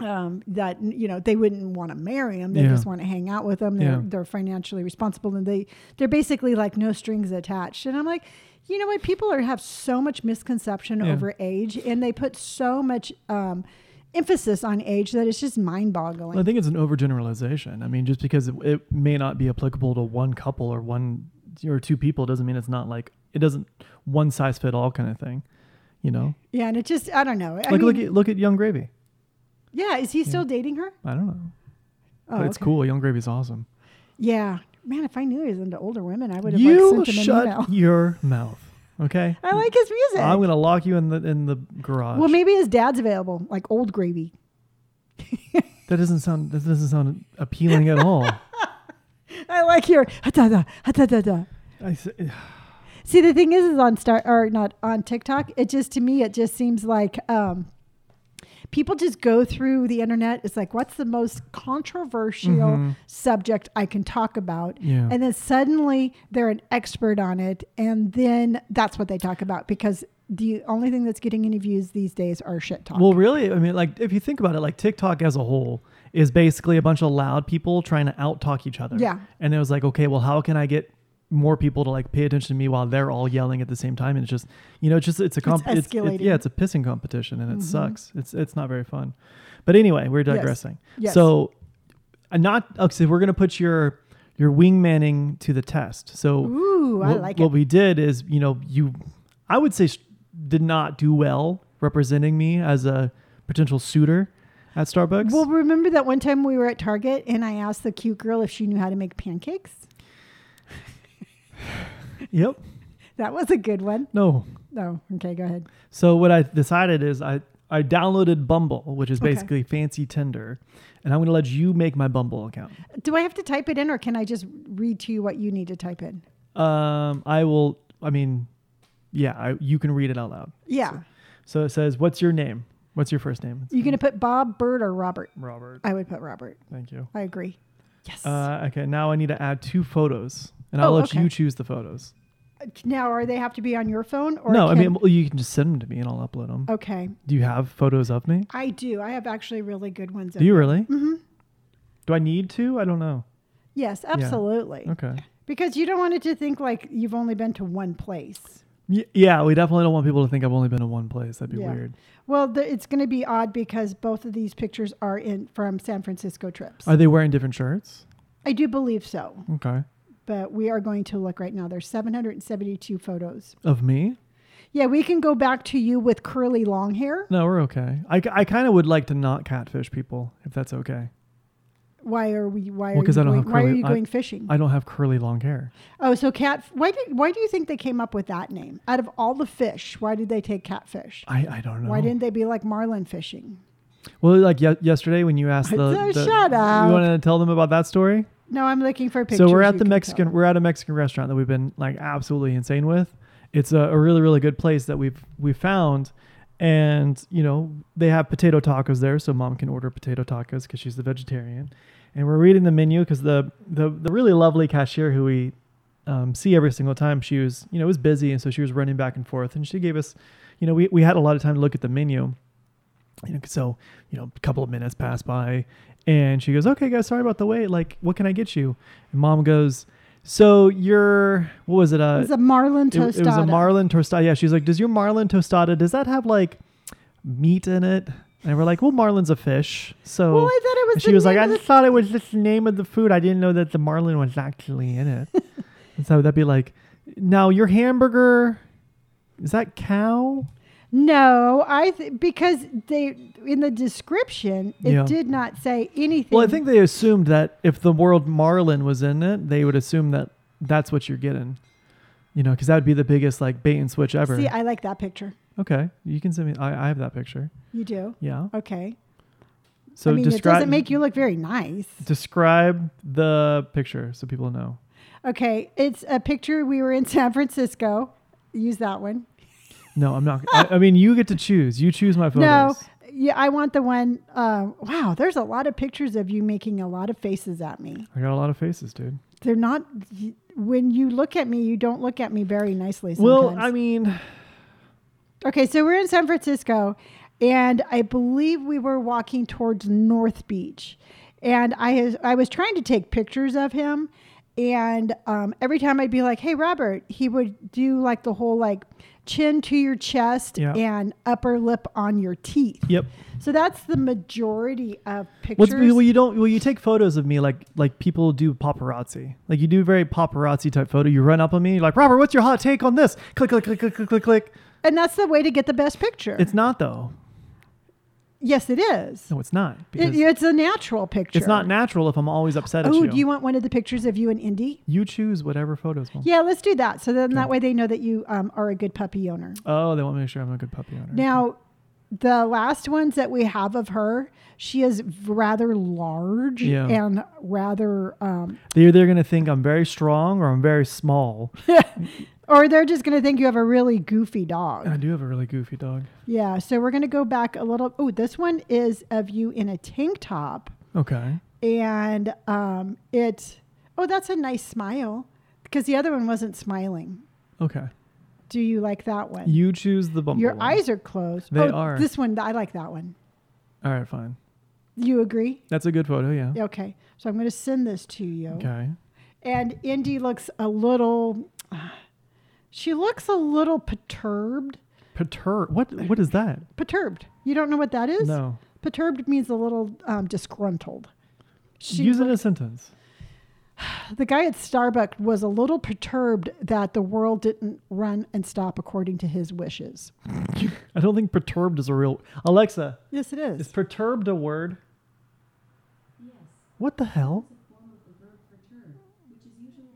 Speaker 2: um, that you know they wouldn't want to marry him. They
Speaker 1: Yeah.
Speaker 2: just want to hang out with them. They're,
Speaker 1: Yeah.
Speaker 2: they're financially responsible, and they they're basically like no strings attached. And I'm like, you know what? People are have so much misconception
Speaker 1: Yeah.
Speaker 2: over age, and they put so much um, emphasis on age that it's just mind boggling.
Speaker 1: I think it's an overgeneralization. I mean, just because it, it may not be applicable to one couple or one or two people doesn't mean it's not like it doesn't one size fit all kind of thing. You know,
Speaker 2: yeah, and it just I don't know. I
Speaker 1: like look
Speaker 2: mean,
Speaker 1: at look at Young Gravy.
Speaker 2: yeah, is he still dating her?
Speaker 1: I don't know.
Speaker 2: Oh,
Speaker 1: but it's
Speaker 2: okay.
Speaker 1: cool. Young Gravy's awesome.
Speaker 2: Yeah, man, if I knew he was into older women, I would have
Speaker 1: You
Speaker 2: like, sent him an email.
Speaker 1: shut your mouth. Okay.
Speaker 2: *laughs* I like his music.
Speaker 1: I'm gonna lock you in the in the garage.
Speaker 2: well, maybe his dad's available, like old gravy.
Speaker 1: that doesn't sound that doesn't sound appealing at all.
Speaker 2: I like your ha-ta-ta, ha-ta-ta-ta.
Speaker 1: *laughs* I s-
Speaker 2: See, the thing is, is on Star or not on TikTok. It just to me, it just seems like um, people just go through the internet. It's like, what's the most controversial
Speaker 1: Mhm.
Speaker 2: subject I can talk about?
Speaker 1: Yeah.
Speaker 2: And then suddenly they're an expert on it, and then that's what they talk about because the only thing that's getting any views these days are shit talk.
Speaker 1: Well, really, I mean, like if you think about it, like TikTok as a whole is basically a bunch of loud people trying to out talk each other.
Speaker 2: Yeah.
Speaker 1: And it was like, okay, well, how can I get more people to like pay attention to me while they're all yelling at the same time? And it's just, you know, it's just it's a comp- it's, it's-
Speaker 2: escalating. Mm-hmm.
Speaker 1: yeah, it's a pissing competition, and it sucks. It's it's not very fun. But anyway, we're
Speaker 2: Yes.
Speaker 1: digressing.
Speaker 2: Yes.
Speaker 1: So, uh, not okay, so we're gonna put your your wingmanning to the test. So
Speaker 2: Ooh, I
Speaker 1: what,
Speaker 2: like
Speaker 1: what
Speaker 2: it.
Speaker 1: we did is, you know, you, I would say, s- did not do well representing me as a potential suitor at Starbucks.
Speaker 2: Well, remember that one time we were at Target and I asked the cute girl if she knew how to make pancakes?
Speaker 1: yep.
Speaker 2: That was a good one.
Speaker 1: No.
Speaker 2: Oh, okay, go ahead.
Speaker 1: So what I decided is I I downloaded Bumble, which is
Speaker 2: Okay.
Speaker 1: basically fancy Tinder, and I'm going to let you make my Bumble account.
Speaker 2: Do I have to type it in or can I just read to you what you need to type in?
Speaker 1: Um, I will. I mean, yeah, I, you can read it out loud.
Speaker 2: Yeah.
Speaker 1: So it says, "What's your name? What's your first name?"
Speaker 2: you going to put Bob, Bert, or Robert?
Speaker 1: Robert.
Speaker 2: I would put Robert.
Speaker 1: Thank you.
Speaker 2: I agree. Yes.
Speaker 1: Uh, okay, now I need to add two photos, and I'll
Speaker 2: Oh,
Speaker 1: let
Speaker 2: okay.
Speaker 1: you choose the photos.
Speaker 2: now, are they have to be on your phone or
Speaker 1: no, I
Speaker 2: can- Oh.
Speaker 1: mean, well, you can just send them to me and I'll upload them.
Speaker 2: okay,
Speaker 1: Do you have photos of me?
Speaker 2: I do. I have actually really good ones.
Speaker 1: Do you really?
Speaker 2: Mhm.
Speaker 1: Do I need to? I don't know.
Speaker 2: Yes, absolutely.
Speaker 1: Okay.
Speaker 2: Because you don't want it to think like you've only been to one place.
Speaker 1: Y- yeah, we definitely don't want people to think I've only been in one place. That'd be
Speaker 2: Yeah.
Speaker 1: weird.
Speaker 2: Well, the, it's going to be odd because both of these pictures are in from San Francisco trips.
Speaker 1: Are they wearing different shirts?
Speaker 2: I do believe so,
Speaker 1: Okay.
Speaker 2: but we are going to look right now. There's 772 photos.
Speaker 1: Of me?
Speaker 2: Yeah, we can go back to you with curly long hair.
Speaker 1: No, we're okay. I, kind of would like to not catfish people if that's okay.
Speaker 2: Why are we?
Speaker 1: Well,
Speaker 2: Why are you?
Speaker 1: 'cause I don't
Speaker 2: Going,
Speaker 1: have
Speaker 2: why are
Speaker 1: curly-
Speaker 2: you
Speaker 1: I-
Speaker 2: going fishing?
Speaker 1: I don't have curly long hair.
Speaker 2: oh, so cat. Why did? Why do you think they came up with that name? Out of all the fish, why did they take catfish?
Speaker 1: I, I don't know.
Speaker 2: Why didn't they be like marlin fishing?
Speaker 1: Well, like ye- yesterday when you asked the,
Speaker 2: So
Speaker 1: the-
Speaker 2: shut up.
Speaker 1: You want to tell them about that story?
Speaker 2: No, I'm looking for pictures.
Speaker 1: so we're at
Speaker 2: you
Speaker 1: the
Speaker 2: can
Speaker 1: Mexican.
Speaker 2: tell.
Speaker 1: We're at a Mexican restaurant that we've been like absolutely insane with. It's a, a really really good place that we've we found, and you know they have potato tacos there, so mom can order potato tacos because she's the vegetarian. And we're reading the menu because the, the the really lovely cashier who we um, see every single time she was you know was busy and so she was running back and forth and she gave us you know we, we had a lot of time to look at the menu you know, so you know a couple of minutes pass by and she goes okay guys sorry about the wait like what can i get you and mom goes so your what was it uh
Speaker 2: It's a marlin
Speaker 1: it, it
Speaker 2: tostada.
Speaker 1: was a marlin tostada yeah she's like does your marlin tostada does that have like meat in it and we're like well marlin's a fish so
Speaker 2: Well, I thought it was.
Speaker 1: and she
Speaker 2: the
Speaker 1: was like,
Speaker 2: name
Speaker 1: I
Speaker 2: of the-
Speaker 1: thought it was just the name of the food. I didn't know that the marlin was actually in it.
Speaker 2: *laughs*
Speaker 1: and so that'd be like, now your hamburger, is that cow?
Speaker 2: no, I th- because they in the description it
Speaker 1: Yeah.
Speaker 2: did not say anything.
Speaker 1: Well, I think they assumed that if the word marlin was in it, they would assume that that's what you're getting. You know, because that would be the biggest like bait and switch ever.
Speaker 2: See, I like that picture.
Speaker 1: okay, you can send me. I, I have that picture.
Speaker 2: You do
Speaker 1: Yeah.
Speaker 2: okay.
Speaker 1: So
Speaker 2: I mean, it
Speaker 1: describe
Speaker 2: doesn't make you look very nice.
Speaker 1: describe the picture so people know.
Speaker 2: Okay, it's a picture. We were in *laughs* San Francisco. Use that one.
Speaker 1: No, I'm not. I, I mean, you get to choose. You choose my photos.
Speaker 2: No, yeah, I want the one. Um, wow, there's a lot of pictures of you making a lot of faces at me.
Speaker 1: I got a lot of faces, dude.
Speaker 2: They're not. When you look at me, you don't look at me very nicely.
Speaker 1: Well,
Speaker 2: Sometimes.
Speaker 1: I mean,
Speaker 2: Okay, so we're in San Francisco, and I believe we were walking towards North Beach, and I has, I was trying to take pictures of him, and um, every time I'd be like, "Hey, Robert," he would do like the whole like chin to your chest
Speaker 1: Yeah.
Speaker 2: and upper lip on your teeth.
Speaker 1: yep.
Speaker 2: So that's the majority of
Speaker 1: What's,
Speaker 2: pictures.
Speaker 1: well, you don't. Well, you take photos of me like like people do paparazzi. Like you do a very paparazzi type photo. You run up on me. You're like Robert, what's your hot take on this? Click click click click click click click.
Speaker 2: and that's the way to get the best picture.
Speaker 1: It's not though.
Speaker 2: yes, it is.
Speaker 1: No, it's not.
Speaker 2: It-
Speaker 1: Because
Speaker 2: it's a natural picture.
Speaker 1: it's not natural if I'm always upset at
Speaker 2: Oh,
Speaker 1: you.
Speaker 2: do you want one of the pictures of you and Indy?
Speaker 1: You choose whatever photos. Mom.
Speaker 2: Yeah, let's do that. So then that
Speaker 1: Okay.
Speaker 2: way they know that you um, are a good puppy owner.
Speaker 1: Oh, they want me to make sure I'm a good puppy owner.
Speaker 2: Now, the last ones that we have of her, she is rather large
Speaker 1: Yeah.
Speaker 2: and rather, um,
Speaker 1: They're either gonna think I'm very strong or I'm very small.
Speaker 2: or they're just going to think you have a really goofy dog.
Speaker 1: I do have a really goofy dog.
Speaker 2: yeah. So we're going to go back a little. Oh, this one is of you in a tank top.
Speaker 1: Okay.
Speaker 2: And um, it, oh, that's a nice smile because the other one wasn't smiling.
Speaker 1: Okay.
Speaker 2: Do you like that one?
Speaker 1: You choose the bumble.
Speaker 2: Your
Speaker 1: one.
Speaker 2: eyes are closed.
Speaker 1: They
Speaker 2: oh,
Speaker 1: are.
Speaker 2: This one, I like that one.
Speaker 1: All right, fine.
Speaker 2: You agree?
Speaker 1: That's a good photo. Yeah.
Speaker 2: Okay. So I'm going to send this to you.
Speaker 1: Okay.
Speaker 2: And Indy looks a little, she looks a little perturbed.
Speaker 1: Perturb. What? What is that?
Speaker 2: Perturbed. You don't know what that is?
Speaker 1: No.
Speaker 2: Perturbed means a little um, disgruntled. She
Speaker 1: Use it in a sentence.
Speaker 2: The guy at Starbucks was a little perturbed that the world didn't run and stop according to his wishes.
Speaker 1: I don't think perturbed is a real. Alexa,
Speaker 2: Yes, it
Speaker 1: is
Speaker 2: is.
Speaker 1: perturbed a word? What the hell?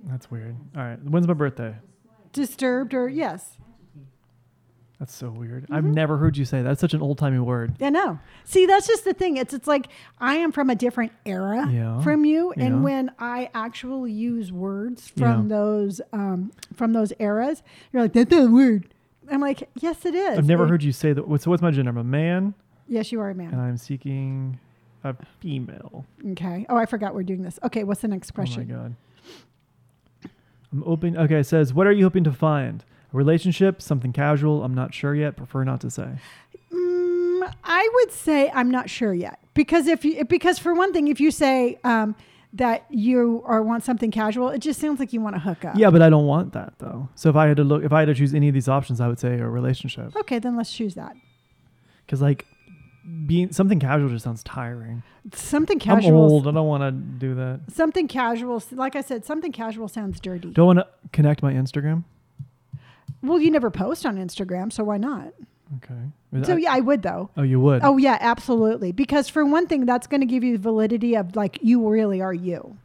Speaker 1: That's weird. All right. When's my birthday?
Speaker 2: Disturbed or, yes.
Speaker 1: That's so weird. I've
Speaker 2: Mm-hmm.
Speaker 1: never heard you say that. That's such an old timey word.
Speaker 2: I know. See, that's just the thing. It's it's like I am from a different era
Speaker 1: Yeah.
Speaker 2: from you, and
Speaker 1: Yeah.
Speaker 2: when I actually use words from
Speaker 1: Yeah.
Speaker 2: those um, from those eras, you're like that's a word. I'm like, yes, it is.
Speaker 1: I've never
Speaker 2: It-
Speaker 1: heard you say that. What- So what's my gender? I'm a man,
Speaker 2: Yes, you are a
Speaker 1: and
Speaker 2: man.
Speaker 1: I'm seeking a female.
Speaker 2: okay. Oh, I forgot we're doing this. Okay, what's the next
Speaker 1: Oh my
Speaker 2: question?
Speaker 1: god. I'm open. Okay, it says, "What are you hoping to find? A relationship? Something casual? I'm not sure yet. Prefer not to say."
Speaker 2: Mm, I would say I'm not sure yet because if you, because for one thing, if you say um, that you or want something casual. It just sounds like you want to hook up.
Speaker 1: Yeah, but I don't want that though. So if I had to look, if I had to choose any of these options, I would say a relationship.
Speaker 2: Okay, then let's choose that.
Speaker 1: Because like being something casual just sounds tiring.
Speaker 2: Something
Speaker 1: I'm
Speaker 2: casual.
Speaker 1: old. I don't want to do that.
Speaker 2: Something casual. Like I said, something casual sounds dirty.
Speaker 1: Don't want to connect my Instagram.
Speaker 2: Well, you never post on Instagram, so why not?
Speaker 1: Okay. Is
Speaker 2: so
Speaker 1: that-
Speaker 2: yeah, I would though.
Speaker 1: Oh, you would.
Speaker 2: Oh yeah, absolutely. Because for one thing, that's going to give you the validity of like you really are you.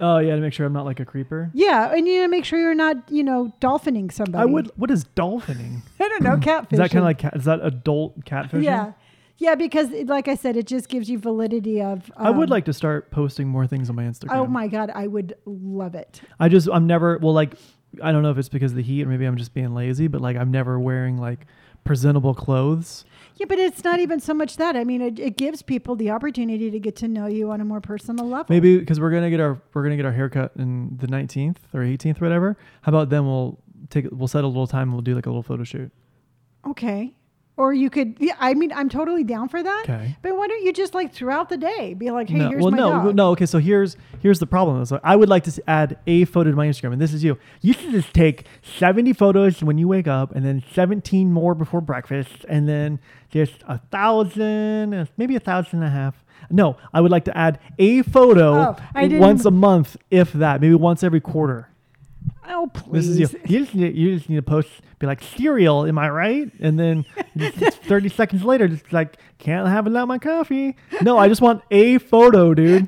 Speaker 1: Oh yeah, to make sure I'm not like a creeper.
Speaker 2: Yeah, and you need to make sure you're not, you know, dolphining somebody.
Speaker 1: I would. What is dolphining?
Speaker 2: *laughs* I don't know
Speaker 1: *laughs*
Speaker 2: catfish.
Speaker 1: Is that kind of like cat, is that adult catfishing?
Speaker 2: Yeah, yeah. Because it- like I said, it just gives you validity of.
Speaker 1: I would
Speaker 2: um,
Speaker 1: like to start posting more things on my Instagram.
Speaker 2: Oh my god, I would love it.
Speaker 1: I just I'm never well like I don't know if it's because of the heat or maybe I'm just being lazy, but like I'm never wearing like presentable clothes.
Speaker 2: Yeah, but it's not even so much that. I mean, it, it gives people the opportunity to get to know you on a more personal level.
Speaker 1: Maybe because we're gonna get our we're gonna get our haircut in the 19th or 18th, or whatever. How about then we'll take we'll set a little time. and We'll do like a little photo shoot.
Speaker 2: Okay. Or you could. Yeah, I mean, I'm totally down for that.
Speaker 1: Okay.
Speaker 2: But why don't you just like throughout the day be like, hey,
Speaker 1: no,
Speaker 2: here's
Speaker 1: well,
Speaker 2: my
Speaker 1: no,
Speaker 2: dog.
Speaker 1: no. Okay, so here's here's the problem. So I would like to s- add a photo to my Instagram, and this is you. You should just take 70 photos when you wake up, and then 17 more before breakfast, and then just a thousand, uh, maybe a thousand and a half. No, I would like to add a photo
Speaker 2: Oh, I didn't
Speaker 1: once a
Speaker 2: even-
Speaker 1: month, if that, maybe once every quarter.
Speaker 2: Oh please.
Speaker 1: This is you. You just need, you just need to post, be like cereal, am I right? And then
Speaker 2: *laughs*
Speaker 1: just thirty seconds later, just like can't have without my coffee. No, I just want a photo, dude.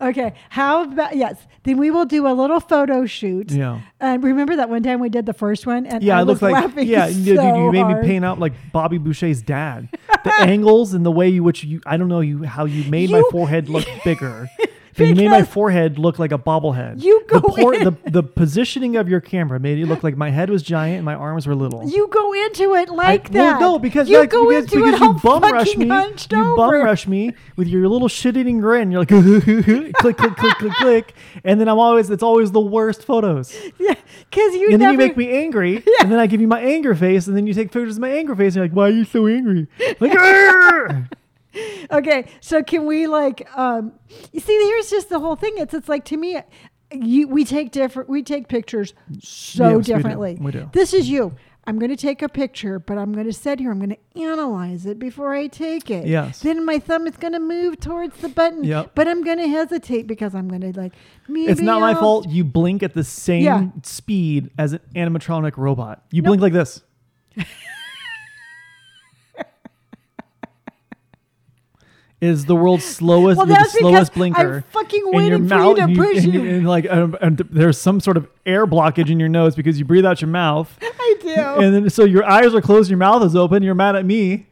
Speaker 2: Okay. How about yes? Then we will do a little photo shoot.
Speaker 1: Yeah.
Speaker 2: And remember that one time we did the first one, and
Speaker 1: Yeah,
Speaker 2: I
Speaker 1: I looked
Speaker 2: was
Speaker 1: like
Speaker 2: laughing
Speaker 1: yeah.
Speaker 2: so
Speaker 1: you- you, you made
Speaker 2: hard.
Speaker 1: me paint out like Bobby Boucher's dad.
Speaker 2: *laughs*
Speaker 1: The angles and the way you which you I don't know you how you made my
Speaker 2: You-
Speaker 1: forehead
Speaker 2: *laughs*
Speaker 1: look bigger. But you made my
Speaker 2: Because-
Speaker 1: forehead look like a bobblehead.
Speaker 2: You
Speaker 1: the,
Speaker 2: go in-
Speaker 1: the the positioning of your camera made it look like my head was giant and my arms were little.
Speaker 2: You go into it like
Speaker 1: I-
Speaker 2: that.
Speaker 1: Well, no, because
Speaker 2: you
Speaker 1: like,
Speaker 2: go
Speaker 1: because,
Speaker 2: into
Speaker 1: because
Speaker 2: it all
Speaker 1: you bum rush
Speaker 2: fucking
Speaker 1: me.
Speaker 2: hunched
Speaker 1: You bum
Speaker 2: over. *laughs*
Speaker 1: rush me with your little shit eating grin. You're like *laughs* click, click, click, click, click, and then I'm always it's always the worst photos.
Speaker 2: Yeah, because you
Speaker 1: And then
Speaker 2: never.
Speaker 1: you make me
Speaker 2: *laughs*
Speaker 1: angry, and then I give you my anger face, and then you take photos of my anger face. And you're like, why are you so
Speaker 2: *laughs*
Speaker 1: angry? Like, "Arr!"
Speaker 2: okay, so can we like? um You see, here's just the whole thing. It's it's like to me. You, we take different. We take pictures
Speaker 1: Yes,
Speaker 2: so
Speaker 1: we do.
Speaker 2: differently.
Speaker 1: We do.
Speaker 2: This is you. I'm going to take a picture, but I'm going to sit here. I'm going to analyze it before I take it.
Speaker 1: Yes.
Speaker 2: Then my thumb is going to move towards the button.
Speaker 1: Yep.
Speaker 2: But I'm going to hesitate because I'm going to like. Maybe
Speaker 1: it's not my
Speaker 2: I'll-
Speaker 1: fault. You blink at the same
Speaker 2: Yeah.
Speaker 1: speed as an animatronic robot. You
Speaker 2: Nope.
Speaker 1: blink like
Speaker 2: *laughs*
Speaker 1: this. Is the world's slowest,
Speaker 2: Well,
Speaker 1: you're the
Speaker 2: that's because
Speaker 1: slowest
Speaker 2: I'm
Speaker 1: blinker.
Speaker 2: fucking
Speaker 1: and your
Speaker 2: waiting for you
Speaker 1: mouth-
Speaker 2: to
Speaker 1: and
Speaker 2: push
Speaker 1: and
Speaker 2: you.
Speaker 1: and like, um, and th- there's some sort of air blockage in your nose because you breathe out your mouth,
Speaker 2: *laughs* I do.
Speaker 1: and then so your eyes are closed, your mouth is open. You're mad at me.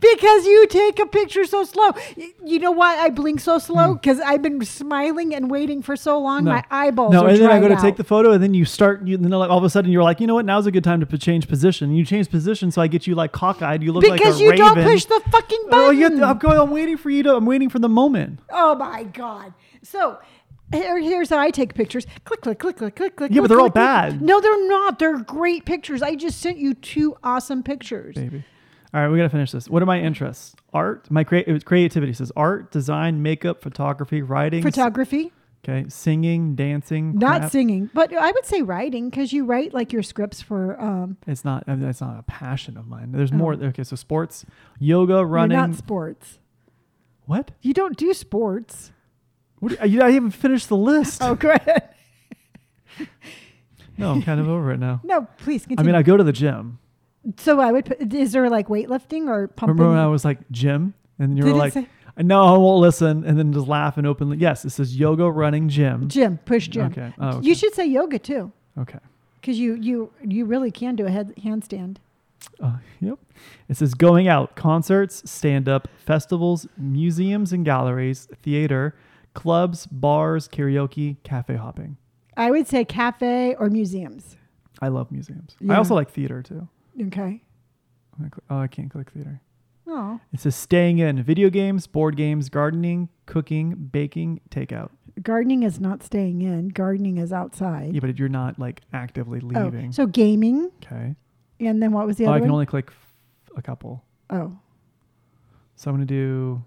Speaker 2: Because you take a picture so slow. Y- You know why I blink so slow? Because I've been smiling and waiting for so long. My eyeballs.
Speaker 1: Hmm. No,
Speaker 2: are
Speaker 1: and then I go
Speaker 2: dried
Speaker 1: to take
Speaker 2: out.
Speaker 1: the photo, and then you start. You, and then like, all of a sudden, you're like, you know what? Now's a good time to p- change position. You change position, so I get you like cockeyed. You look like
Speaker 2: because
Speaker 1: a
Speaker 2: you
Speaker 1: raven.
Speaker 2: don't push the fucking button.
Speaker 1: Oh, you have to- I'm going. I'm waiting for you to. I'm waiting for the moment.
Speaker 2: Oh my god! So here, here's how I take pictures: click, click, click, click, click, click.
Speaker 1: Yeah, but
Speaker 2: click,
Speaker 1: they're all
Speaker 2: click, click.
Speaker 1: bad.
Speaker 2: No, they're not. They're great pictures. I just sent you two awesome pictures.
Speaker 1: Maybe. All right, we gotta finish this. What are my interests? Art. My crea- it was creativity It says art, design, makeup, photography, writing.
Speaker 2: Photography,
Speaker 1: okay, singing, dancing.
Speaker 2: not
Speaker 1: crap.
Speaker 2: singing, but I would say writing because you write like your scripts for. Um,
Speaker 1: It's not. I mean, that's not a passion of mine. There's more. Okay, so sports, yoga,
Speaker 2: Oh. you're
Speaker 1: running.
Speaker 2: not sports.
Speaker 1: what?
Speaker 2: You don't
Speaker 1: *laughs*
Speaker 2: do sports.
Speaker 1: What? Are you, I haven't finished the list.
Speaker 2: Oh, go ahead.
Speaker 1: No, I'm kind of over it now.
Speaker 2: No, please
Speaker 1: I
Speaker 2: continue.
Speaker 1: mean, I go to the gym.
Speaker 2: so I would. Put, is there like weightlifting or pumping?
Speaker 1: Remember when I was like gym, and you were
Speaker 2: Did it
Speaker 1: like,
Speaker 2: say-
Speaker 1: "No, I won't listen," and then just laugh and openly. Yes, it says yoga, running, gym.
Speaker 2: Gym, push gym.
Speaker 1: Okay. Oh, okay.
Speaker 2: You should say yoga too,
Speaker 1: Okay.
Speaker 2: because you you you really can do a head, handstand.
Speaker 1: Uh, yep. It says going out, concerts, stand up, festivals, museums and galleries, theater, clubs, bars, karaoke, cafe hopping.
Speaker 2: I would say cafe or museums.
Speaker 1: I love museums. I
Speaker 2: Yeah.
Speaker 1: also like theater too.
Speaker 2: Okay.
Speaker 1: I'm gonna cl- Oh, I can't click theater.
Speaker 2: Oh,
Speaker 1: It says staying in, video games, board games, gardening, cooking, baking, takeout.
Speaker 2: gardening is not staying in. Gardening is outside.
Speaker 1: Yeah, but you're not like actively
Speaker 2: Oh,
Speaker 1: leaving.
Speaker 2: so gaming,
Speaker 1: okay.
Speaker 2: and then what was the
Speaker 1: Oh,
Speaker 2: other
Speaker 1: I can
Speaker 2: one?
Speaker 1: only click f- a couple.
Speaker 2: oh,
Speaker 1: So I'm gonna do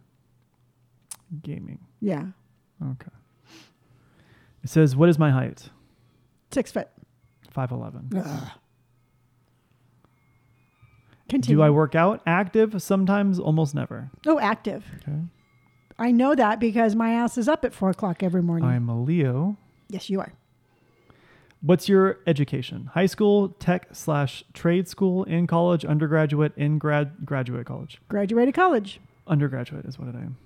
Speaker 1: gaming.
Speaker 2: yeah.
Speaker 1: Okay. It says, What is my height?
Speaker 2: Six foot.
Speaker 1: 5'11.
Speaker 2: Ugh. Continue.
Speaker 1: Do I work out? Active? Sometimes, almost never.
Speaker 2: Oh, active.
Speaker 1: Okay.
Speaker 2: I know that because my ass is up at four o'clock every morning.
Speaker 1: I'm a Leo.
Speaker 2: yes, you are.
Speaker 1: What's your education? High school, tech slash trade school, in college, undergraduate, in grad graduate college.
Speaker 2: Graduated college.
Speaker 1: Undergraduate is what I am.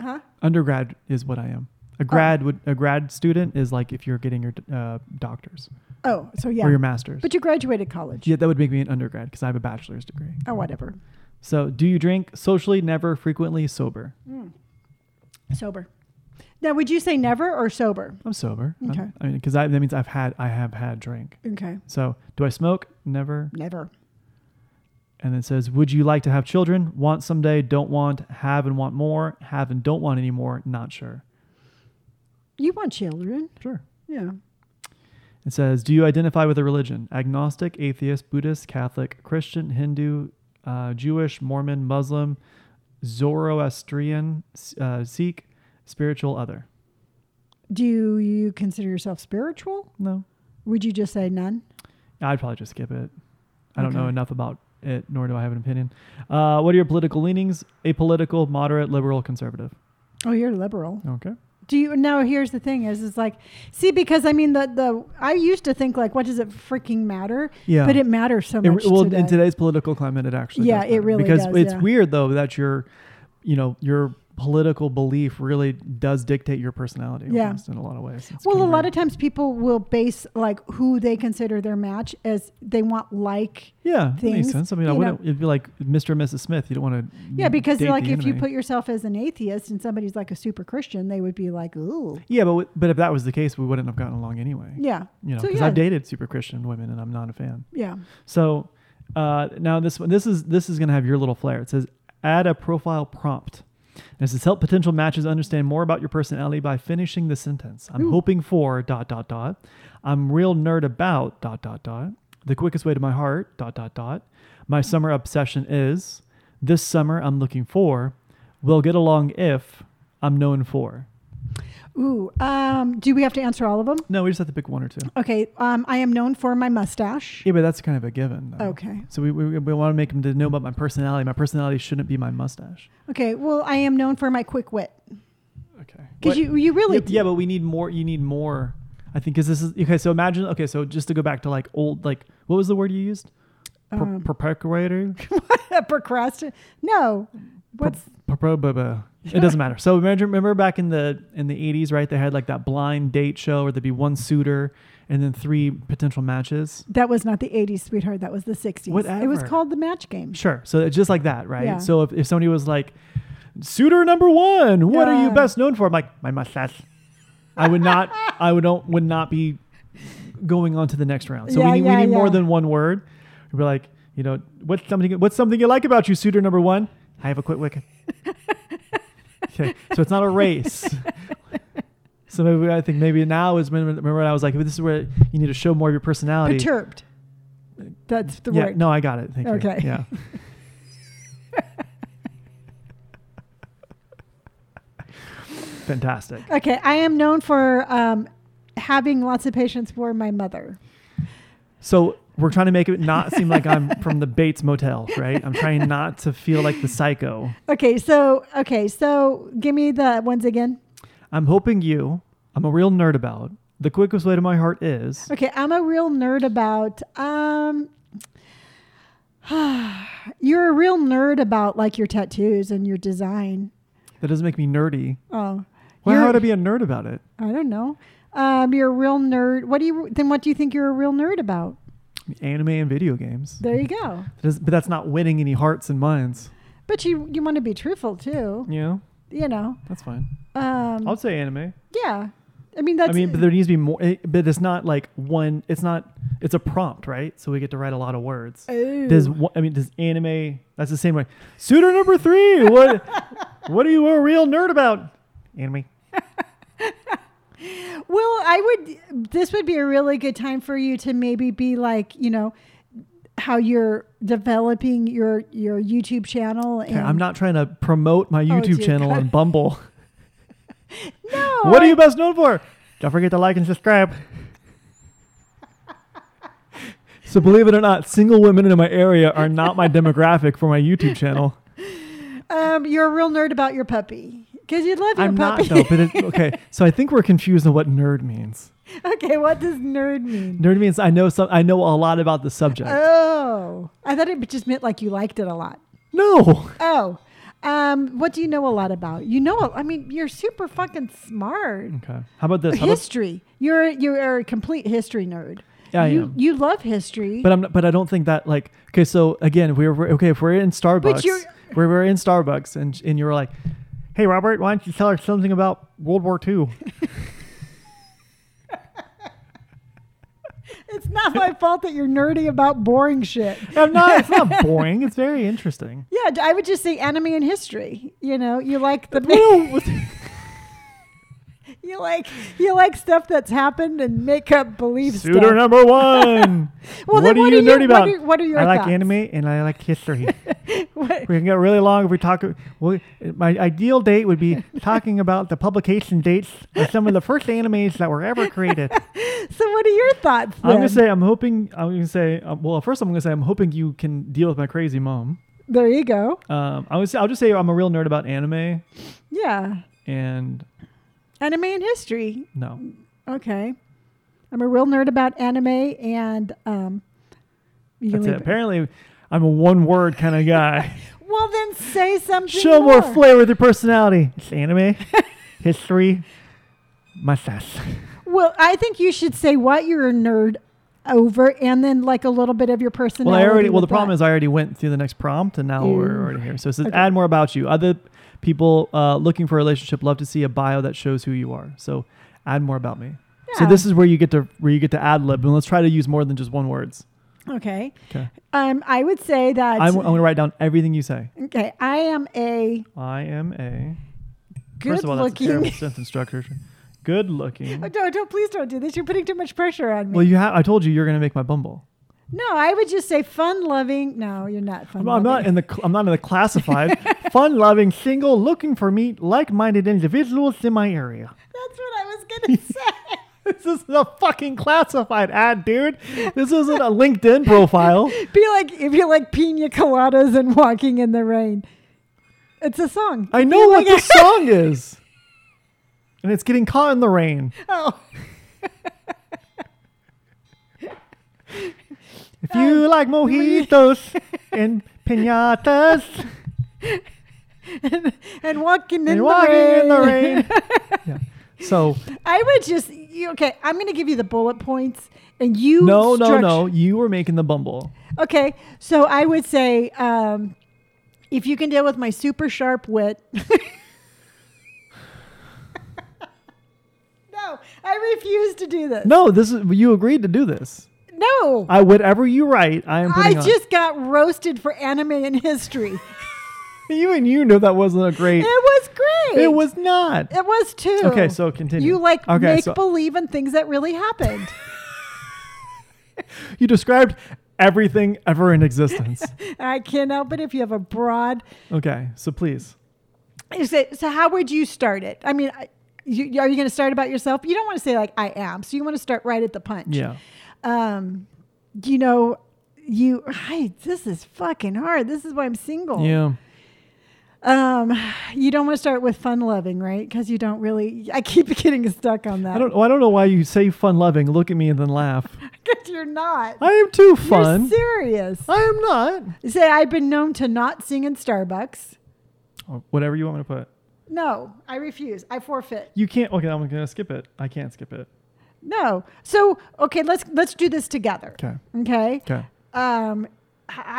Speaker 2: Huh?
Speaker 1: Undergrad is what I am.
Speaker 2: Oh.
Speaker 1: A grad would a grad student is like if you're getting your uh, doctors
Speaker 2: Oh, so yeah.
Speaker 1: or your masters.
Speaker 2: But you graduated college.
Speaker 1: yeah, that would make me an undergrad because I have a bachelor's degree.
Speaker 2: Oh, whatever.
Speaker 1: So, do you drink socially? Never, frequently, sober.
Speaker 2: Mm. Sober. Now, would you say never or sober?
Speaker 1: I'm sober. I'm-
Speaker 2: Okay.
Speaker 1: I mean, because that means I've had I have had drink.
Speaker 2: Okay.
Speaker 1: So, do I smoke? Never.
Speaker 2: Never.
Speaker 1: And then it says, Would you like to have children? Want someday, don't want, have and want more, have and don't want anymore, not sure.
Speaker 2: You want children.
Speaker 1: Sure.
Speaker 2: Yeah.
Speaker 1: It says, Do you identify with a religion? Agnostic, atheist, Buddhist, Catholic, Christian, Hindu, uh, Jewish, Mormon, Muslim, Zoroastrian, S- uh, Sikh, spiritual other?
Speaker 2: Do you consider yourself spiritual?
Speaker 1: No.
Speaker 2: Would you just say none?
Speaker 1: I'd probably just skip it. I don't know
Speaker 2: Okay.
Speaker 1: enough about it, nor do I have an opinion. Uh, what are your political leanings? Apolitical, moderate, liberal, conservative.
Speaker 2: Oh, you're liberal.
Speaker 1: Okay.
Speaker 2: Do you now? Here's the thing: is it's like, see, because I mean, the the I used to think like, what does it freaking matter?
Speaker 1: Yeah.
Speaker 2: But it matters so
Speaker 1: It-
Speaker 2: much.
Speaker 1: well,
Speaker 2: today.
Speaker 1: in today's political climate, it actually
Speaker 2: Yeah,
Speaker 1: does
Speaker 2: it
Speaker 1: matter.
Speaker 2: really
Speaker 1: because
Speaker 2: does,
Speaker 1: it's
Speaker 2: yeah.
Speaker 1: weird though that your, you know, your political belief really does dictate your personality.
Speaker 2: Yeah.
Speaker 1: almost in a lot of ways. It's
Speaker 2: well, a
Speaker 1: kinda
Speaker 2: lot of
Speaker 1: weird.
Speaker 2: times people will base like who they consider their match as they want like.
Speaker 1: yeah, that makes
Speaker 2: things,
Speaker 1: sense. I mean, I
Speaker 2: you know.
Speaker 1: wouldn't. It'd be like Mr. and Mrs. Smith. You don't want to.
Speaker 2: Yeah, because like if you put yourself as an atheist and somebody's like a super Christian, they would be like, ooh,
Speaker 1: Yeah, but w- but if that was the case, we wouldn't have gotten along anyway.
Speaker 2: yeah,
Speaker 1: You know,
Speaker 2: So,
Speaker 1: because
Speaker 2: yeah.
Speaker 1: I've dated super Christian women, and I'm not a fan.
Speaker 2: yeah.
Speaker 1: So uh, now this one, this is this is gonna have your little flair. It says add a profile prompt. And it says help potential matches understand more about your personality by finishing the sentence. I'm hoping for dot dot dot. I'm real nerd about dot dot dot. The quickest way to my heart dot dot dot. My summer obsession is this summer. I'm looking for. We'll get along if I'm known for.
Speaker 2: Ooh, um, do we have to answer all of them?
Speaker 1: No, we just have to pick one or two.
Speaker 2: Okay, um, I am known for my mustache.
Speaker 1: Yeah, but that's kind of a given. though.
Speaker 2: Okay.
Speaker 1: So we, we, we want to make them to know about my personality. My personality shouldn't be my mustache.
Speaker 2: Okay, well, I am known for my quick wit
Speaker 1: Okay.
Speaker 2: because you you really
Speaker 1: Yeah, yeah, but we need more. You need more. I think because this is okay. So imagine. Okay, so just to go back to like old, like what was the word you used? Per-
Speaker 2: Um, *laughs*
Speaker 1: Perpetuator.
Speaker 2: procrastinate. No, what's
Speaker 1: Per- per- bu- bu- It doesn't matter. So imagine, remember back in the in the eighties, right? They had like that blind date show where there'd be one suitor and then three potential matches.
Speaker 2: that was not the '80s, sweetheart. That was the '60s. It was
Speaker 1: Whatever.
Speaker 2: called the match game.
Speaker 1: Sure. So it's just like that, right?
Speaker 2: Yeah.
Speaker 1: So if, if somebody was like, suitor number one, what are you
Speaker 2: Yeah.
Speaker 1: best known for? I'm like, my mustache. I would
Speaker 2: *laughs*
Speaker 1: not, I would not, would not be going on to the next round. So
Speaker 2: Yeah,
Speaker 1: we need,
Speaker 2: yeah,
Speaker 1: we need more
Speaker 2: yeah.
Speaker 1: than one word. We'd be like, you know, what's something, what's something you like about you, suitor number one? I have a quick
Speaker 2: *laughs*
Speaker 1: wicket. okay. So it's not a race. *laughs* So maybe I think maybe now is when remember when I was like this is where you need to show more of your personality.
Speaker 2: Perturbed. That's the
Speaker 1: yeah,
Speaker 2: word.
Speaker 1: no, I got it. Thank
Speaker 2: Okay.
Speaker 1: you.
Speaker 2: *laughs*
Speaker 1: Yeah. Fantastic.
Speaker 2: Okay, I am known for um, having lots of patience for my mother.
Speaker 1: So we're trying to make it not seem like I'm from the Bates Motel, right? I'm trying not to feel like the psycho.
Speaker 2: Okay, so okay, so give me the ones again.
Speaker 1: I'm hoping you. I'm a real nerd about the quickest way to my heart is.
Speaker 2: Okay, I'm a real nerd about um *sighs* You're a real nerd about like your tattoos and your design.
Speaker 1: That doesn't make me nerdy.
Speaker 2: Oh.
Speaker 1: Why
Speaker 2: you're-
Speaker 1: would I be a nerd about it?
Speaker 2: I don't know. Um, you're a real nerd. What do you then what do you think you're a real nerd about?
Speaker 1: Anime and video games.
Speaker 2: There you go.
Speaker 1: That is- but that's not winning any hearts and minds.
Speaker 2: But you you want to be truthful too,
Speaker 1: Yeah,
Speaker 2: you know.
Speaker 1: that's fine.
Speaker 2: Um
Speaker 1: I'll say anime.
Speaker 2: yeah. I mean that's
Speaker 1: I mean, but there needs to be more. it- but it's not like one. It's not. It's a prompt, right? So we get to write a lot of words.
Speaker 2: Oh.
Speaker 1: Does one- I mean does anime? That's the same way. Suitor number three.
Speaker 2: *laughs*
Speaker 1: What? what are you a real nerd about? Anime.
Speaker 2: Well, I would. This would be a really good time for you to maybe be like, you know, how you're developing your your YouTube channel. And
Speaker 1: Okay, I'm not trying to promote my YouTube
Speaker 2: Oh, dear *laughs*
Speaker 1: channel
Speaker 2: God.
Speaker 1: on Bumble.
Speaker 2: No.
Speaker 1: *laughs* what are
Speaker 2: I-
Speaker 1: you best known for? Don't forget to like and
Speaker 2: *laughs*
Speaker 1: subscribe. so believe it or not, single women in my area are not my demographic for my YouTube
Speaker 2: *laughs*
Speaker 1: channel.
Speaker 2: Um, you're a real nerd about your puppy because you love your
Speaker 1: I'm not
Speaker 2: puppy.
Speaker 1: though, but it, okay. So I think we're confused on what nerd means.
Speaker 2: *laughs* okay, what does nerd mean?
Speaker 1: Nerd means I know some. I know a lot about the subject.
Speaker 2: Oh, I thought it just meant like you liked it a lot.
Speaker 1: no,
Speaker 2: Oh, um, what do you know a lot about? You know, a- I mean, you're super fucking smart.
Speaker 1: Okay. How about this? How about-
Speaker 2: History. You're you're a complete history nerd.
Speaker 1: Yeah, I
Speaker 2: you,
Speaker 1: am.
Speaker 2: You love history.
Speaker 1: but I'm. But I don't think that like. Okay. So again, if we were okay. If we're in Starbucks,
Speaker 2: you're-
Speaker 1: we're, we're in Starbucks, and and you were like, "Hey, Robert, why don't you tell us something about World War
Speaker 2: *laughs*
Speaker 1: II?"
Speaker 2: it's not my fault that you're nerdy about boring shit.
Speaker 1: I'm not. It's not boring. It's very
Speaker 2: *laughs*
Speaker 1: interesting.
Speaker 2: Yeah, I would just say anime and history. You know, you like the
Speaker 1: *laughs*
Speaker 2: you like you like stuff that's happened and make up believe
Speaker 1: Suitor
Speaker 2: stuff.
Speaker 1: number one. what
Speaker 2: Well, then
Speaker 1: are
Speaker 2: what
Speaker 1: you
Speaker 2: are you-
Speaker 1: nerdy
Speaker 2: what
Speaker 1: about?
Speaker 2: are- what are your
Speaker 1: I like
Speaker 2: thoughts?
Speaker 1: anime and I like history.
Speaker 2: *laughs* What-
Speaker 1: we can get really long if we talk. Well, my ideal date would be talking about the publication dates of some of the first animes that were ever created.
Speaker 2: so, what are your thoughts?
Speaker 1: I'm gonna
Speaker 2: then?
Speaker 1: say I'm hoping. I'm gonna say. Uh, well, first I'm gonna say I'm hoping you can deal with my crazy mom.
Speaker 2: there you go.
Speaker 1: Um, I was. I'll just say I'm a real nerd about anime
Speaker 2: Yeah,
Speaker 1: and
Speaker 2: anime and history.
Speaker 1: no.
Speaker 2: Okay, I'm a real nerd about anime and um. You can
Speaker 1: That's it.
Speaker 2: leave it.
Speaker 1: Apparently, I'm a one word kind of guy.
Speaker 2: Well, then say something.
Speaker 1: *laughs* Show more flair with your personality. It's anime, history, mustache.
Speaker 2: Well, I think you should say what you're a nerd over, and then like a little bit of your
Speaker 1: Well,
Speaker 2: personality.
Speaker 1: I already. Well, the
Speaker 2: with
Speaker 1: problem
Speaker 2: that.
Speaker 1: is I already went through the next prompt, and now
Speaker 2: Ew.
Speaker 1: we're already here. So it says,
Speaker 2: Okay.
Speaker 1: add more about you. Other people uh, looking for a relationship love to see a bio that shows who you are. So add more about me. So
Speaker 2: Yeah.
Speaker 1: this is where you get to where you get to ad lib, and let's try to use more than just one words.
Speaker 2: okay.
Speaker 1: Okay,
Speaker 2: Um, I would say that.
Speaker 1: I'm, I'm going to write down everything you say.
Speaker 2: okay, I am a
Speaker 1: I am a
Speaker 2: good
Speaker 1: first of all that's a terrible
Speaker 2: looking.
Speaker 1: sentence structure. Good looking.
Speaker 2: *laughs* Oh, don't, don't please don't do this. You're putting too much pressure on me.
Speaker 1: Well, you have. I told you you're going to make my Bumble.
Speaker 2: no, I would just say fun loving. No, you're not fun.
Speaker 1: I'm, I'm not in the cl- I'm not in the classified, fun-loving, single, looking for me, like-minded individuals in my area.
Speaker 2: *laughs* That's what I was gonna *laughs* say.
Speaker 1: *laughs* This isn't a fucking classified ad, dude. This isn't a LinkedIn profile.
Speaker 2: Be like if you like pina coladas and walking in the rain. It's a song.
Speaker 1: I know what this
Speaker 2: *laughs*
Speaker 1: song is, and it's getting caught in the rain.
Speaker 2: Oh,
Speaker 1: If
Speaker 2: Um,
Speaker 1: you like mojitos
Speaker 2: *laughs*
Speaker 1: and pinatas
Speaker 2: and walking in,
Speaker 1: and
Speaker 2: the,
Speaker 1: walking
Speaker 2: rain.
Speaker 1: in the rain, yeah. so
Speaker 2: I would just you- okay. I'm gonna give you the bullet points, and you
Speaker 1: no, no,
Speaker 2: struct-
Speaker 1: no. You were making the Bumble.
Speaker 2: Okay, so I would say um, if you can deal with my super sharp wit. *laughs* no, I refuse to do this.
Speaker 1: No, this is you agreed to do this.
Speaker 2: No,
Speaker 1: I whatever you write, I am
Speaker 2: I
Speaker 1: putting on.
Speaker 2: just got roasted for anime and history.
Speaker 1: *laughs* You and you know that wasn't a great.
Speaker 2: it was great.
Speaker 1: It was not.
Speaker 2: It was too.
Speaker 1: Okay, so continue.
Speaker 2: You like
Speaker 1: Okay,
Speaker 2: make
Speaker 1: so-
Speaker 2: believe in things that
Speaker 1: *laughs*
Speaker 2: really happened.
Speaker 1: You described everything ever in
Speaker 2: *laughs*
Speaker 1: existence.
Speaker 2: I can't help it if you have a broad
Speaker 1: okay, so please.
Speaker 2: Is it, so how would you start it? I mean, I- you, you- are you going to start about yourself? You don't want to say like I am. So you want to start right at the punch.
Speaker 1: Yeah.
Speaker 2: Um, you know, you. I, this is fucking hard. This is why I'm single.
Speaker 1: Yeah.
Speaker 2: Um, you don't want to start with fun loving, right? Because you don't really. I keep *laughs* getting stuck on that.
Speaker 1: I don't. I don't know why you say fun loving. Look at me and then laugh.
Speaker 2: *laughs* 'Cause you're not.
Speaker 1: I am too fun.
Speaker 2: You're serious.
Speaker 1: I am not.
Speaker 2: Say I've been known to not sing in Starbucks.
Speaker 1: Oh, Whatever you want me to put.
Speaker 2: No, I refuse. I forfeit.
Speaker 1: You can't. Okay, I'm gonna skip it. I can't skip it.
Speaker 2: No. So okay, let's let's do this together.
Speaker 1: 'Kay.
Speaker 2: Okay.
Speaker 1: Okay.
Speaker 2: Um, I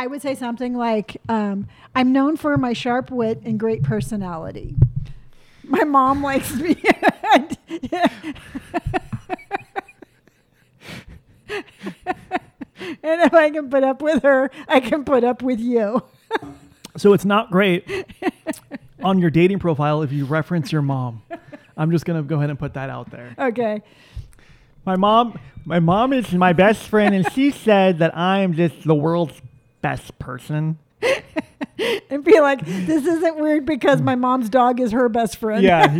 Speaker 2: I would say something like, um, "I'm known for my sharp wit and great personality. My mom likes me." *laughs* And if I can put up with her, I can put up with you.
Speaker 1: So it's not great *laughs* on your dating profile if you reference your mom. I'm just gonna go ahead and put that out there.
Speaker 2: Okay.
Speaker 1: My mom, my mom is my best friend, and she said that I am just the world's best person.
Speaker 2: And be like, this isn't weird because my mom's dog is her best friend. *laughs*
Speaker 1: Yeah,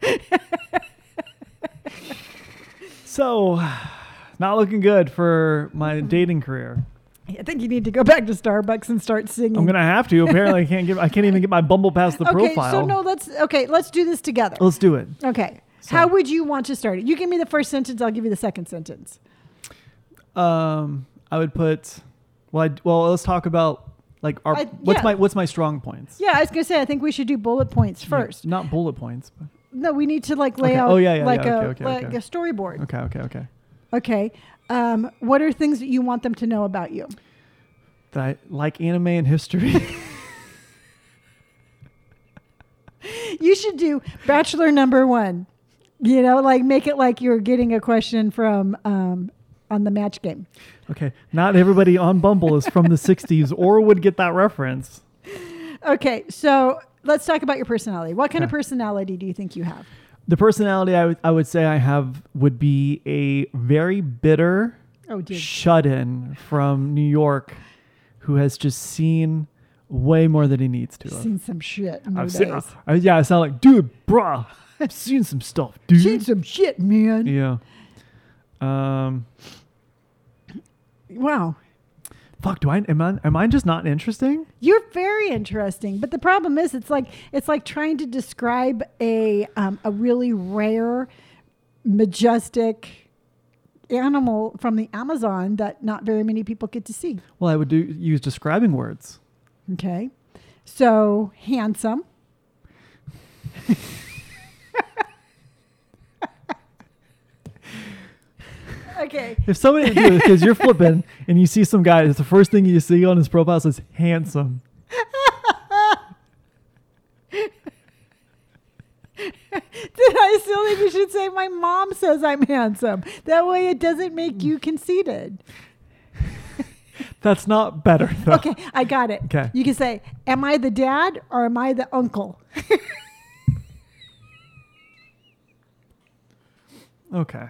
Speaker 1: yeah. So, not looking good for my
Speaker 2: Mm-hmm.
Speaker 1: dating career.
Speaker 2: I think you need to go back to Starbucks and start singing.
Speaker 1: I'm gonna have to. Apparently, I can't give. I can't even get my Bumble past the
Speaker 2: okay,
Speaker 1: profile.
Speaker 2: so no, let's okay, let's do this together.
Speaker 1: Let's do it.
Speaker 2: Okay.
Speaker 1: So-
Speaker 2: How would you want to start it? You give me the first sentence, I'll give you the second sentence.
Speaker 1: Um, I would put. Well, I, well, let's talk about like our.
Speaker 2: I-
Speaker 1: what's
Speaker 2: yeah.
Speaker 1: my What's my strong points?
Speaker 2: Yeah, I was gonna say I think we should do bullet points first.
Speaker 1: Yeah, not bullet points. But,
Speaker 2: No, we need to like lay
Speaker 1: Okay.
Speaker 2: out
Speaker 1: Oh, yeah, yeah,
Speaker 2: like
Speaker 1: yeah.
Speaker 2: a
Speaker 1: Okay, okay,
Speaker 2: like
Speaker 1: okay.
Speaker 2: a storyboard.
Speaker 1: okay, okay, okay.
Speaker 2: Okay. Um, what are things that you want them to know about you?
Speaker 1: That I like anime and history. *laughs*
Speaker 2: You should do bachelor number one. You know, like make it like you're getting a question from um, on the match game.
Speaker 1: okay, not everybody on Bumble is from the '60s or would get that reference.
Speaker 2: Okay, so let's talk about your personality. What kind of
Speaker 1: Okay.
Speaker 2: personality do you think you have?
Speaker 1: The personality I would I would say I have would be a very bitter
Speaker 2: Oh, dear.
Speaker 1: shut in from New York who has just seen way more than he needs to. have.
Speaker 2: Seen some shit.
Speaker 1: I've
Speaker 2: nowadays.
Speaker 1: seen, I- yeah, I sound like, dude, bruh,
Speaker 2: *laughs*
Speaker 1: I've seen some stuff, dude.
Speaker 2: Seen some shit, man.
Speaker 1: yeah. Um,
Speaker 2: Wow.
Speaker 1: fuck, do I am, I, am I just not interesting?
Speaker 2: You're very interesting, but the problem is, it's like it's like trying to describe a um, a really rare, majestic animal from the Amazon that not very many people get to see.
Speaker 1: Well, I would do use describing words.
Speaker 2: Okay, so handsome. okay,
Speaker 1: If somebody, because you're flipping
Speaker 2: *laughs*
Speaker 1: and you see some guy, it's the first thing you see on his profile says handsome.
Speaker 2: Then I still think you should say my mom says I'm handsome. That way it doesn't make you conceited.
Speaker 1: That's not better *laughs* though.
Speaker 2: Okay, I got it.
Speaker 1: Okay.
Speaker 2: You can say, Am I the dad or am I the uncle?
Speaker 1: Okay.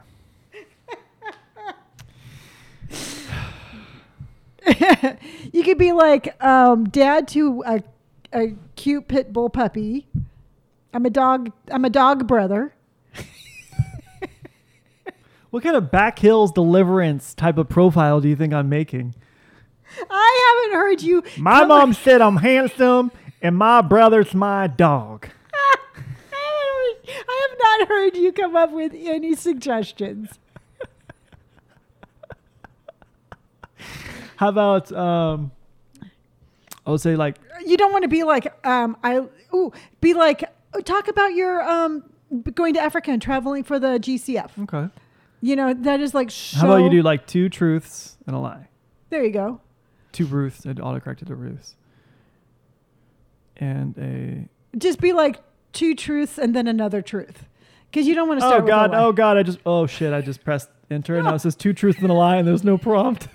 Speaker 2: You could be like, um, dad to a, a cute pit bull puppy. I'm a dog I'm a dog brother.
Speaker 1: What kind of back hills deliverance type of profile do you think I'm making?
Speaker 2: I haven't heard you
Speaker 1: My
Speaker 2: come-
Speaker 1: mom said I'm handsome, and my brother's my dog.
Speaker 2: *laughs* I haven't- I have not heard you come up with any suggestions.
Speaker 1: How about um? I would say like
Speaker 2: You don't want to be like um, I ooh be like "Oh, talk about your um, going to Africa and traveling for the GCF.
Speaker 1: okay.
Speaker 2: You know that is like so,
Speaker 1: How about you do like two truths and a lie?
Speaker 2: There you go.
Speaker 1: Two truths and autocorrected to Ruths. And a
Speaker 2: Just be like two truths and then another truth, because you don't want to
Speaker 1: oh
Speaker 2: start.
Speaker 1: god
Speaker 2: with a lie.
Speaker 1: oh god I just oh shit I just pressed enter and now it says two truths and a lie and there's no
Speaker 2: *laughs*
Speaker 1: prompt.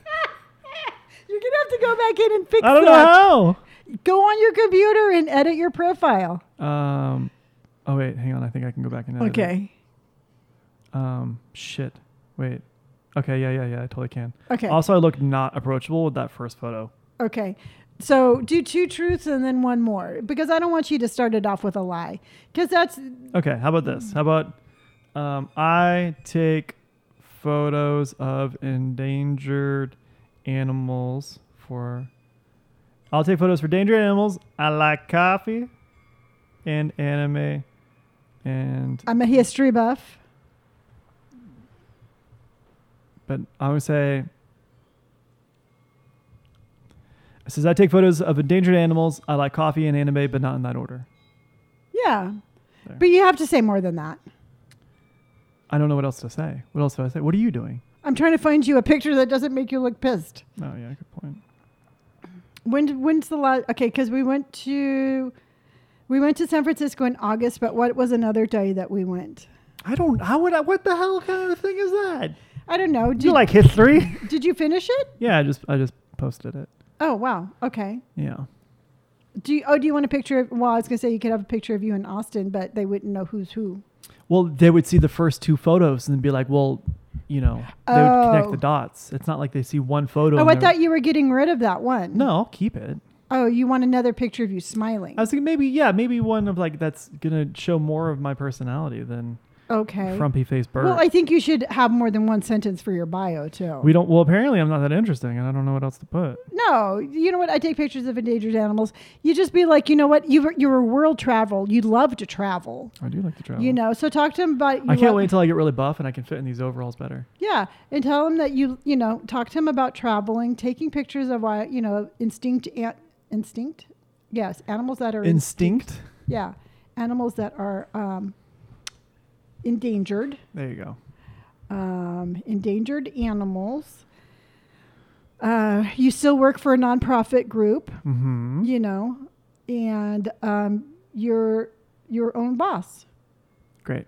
Speaker 2: *laughs* You're gonna have to go back in and fix
Speaker 1: I don't
Speaker 2: that.
Speaker 1: know
Speaker 2: Go on your computer and edit your profile.
Speaker 1: how. Um. Oh wait, hang on. I think I can go back and edit it.
Speaker 2: Okay.
Speaker 1: Um, shit. Wait. Okay, yeah, yeah, yeah. I totally can.
Speaker 2: Okay.
Speaker 1: Also, I look not approachable with that first photo.
Speaker 2: Okay. So do two truths and then one more, because I don't want you to start it off with a lie, because that's
Speaker 1: Okay. How about this? How about um, I take photos of endangered animals for. I'll take photos for endangered animals. I like coffee, and anime, and
Speaker 2: I'm a history buff.
Speaker 1: but I would say it says I take photos of endangered animals. I like coffee and anime, but not in that order.
Speaker 2: Yeah.
Speaker 1: There.
Speaker 2: But you have to say more than that.
Speaker 1: I don't know what else to say. What else do I say? What are you doing?
Speaker 2: I'm trying to find you a picture that doesn't make you look pissed.
Speaker 1: Oh yeah, good point.
Speaker 2: When did- when's the last Okay, cuz we went to we went to San Francisco in August, but what was another day that we went?
Speaker 1: I don't. How would I? What the hell kind of thing is that?
Speaker 2: I don't know.
Speaker 1: Do you
Speaker 2: Did,
Speaker 1: like history?
Speaker 2: did you finish it?
Speaker 1: *laughs* yeah, I just I just posted it.
Speaker 2: Oh, wow. Okay.
Speaker 1: Yeah.
Speaker 2: Do you, oh, do you want a picture of well, I was going to say you could have a picture of you in Austin, but they wouldn't know who's who.
Speaker 1: Well, they would see the first two photos and be like, well, you know, they would connect
Speaker 2: Oh.
Speaker 1: the dots. It's not like they see one photo.
Speaker 2: Oh,
Speaker 1: and
Speaker 2: I
Speaker 1: they're-
Speaker 2: thought you were getting rid of that one.
Speaker 1: No, I'll keep it.
Speaker 2: Oh, you want another picture of you smiling.
Speaker 1: I was thinking maybe yeah, maybe one of like that's gonna show more of my personality than
Speaker 2: Okay.
Speaker 1: frumpy face bird.
Speaker 2: well, I think you should have more than one sentence for your bio too.
Speaker 1: we don't. Well, apparently I'm not that interesting, and I don't know what else to put.
Speaker 2: No, you know what? I take pictures of endangered animals. You just be like, you know what? You you're a world travel. You love to travel.
Speaker 1: I do like to travel.
Speaker 2: You know, so talk to him about.
Speaker 1: I
Speaker 2: you
Speaker 1: can't
Speaker 2: lo-
Speaker 1: wait until I get really buff and I can fit in these overalls better.
Speaker 2: Yeah, and tell him that you you know talk to him about traveling, taking pictures of why you know instinct an, instinct, yes, animals that are in,
Speaker 1: Instinct.
Speaker 2: yeah, animals that are um, endangered,
Speaker 1: There you go.
Speaker 2: um, endangered animals. Uh, you still work for a nonprofit group.
Speaker 1: Mm-hmm.
Speaker 2: you know, and um, your your own boss.
Speaker 1: Great.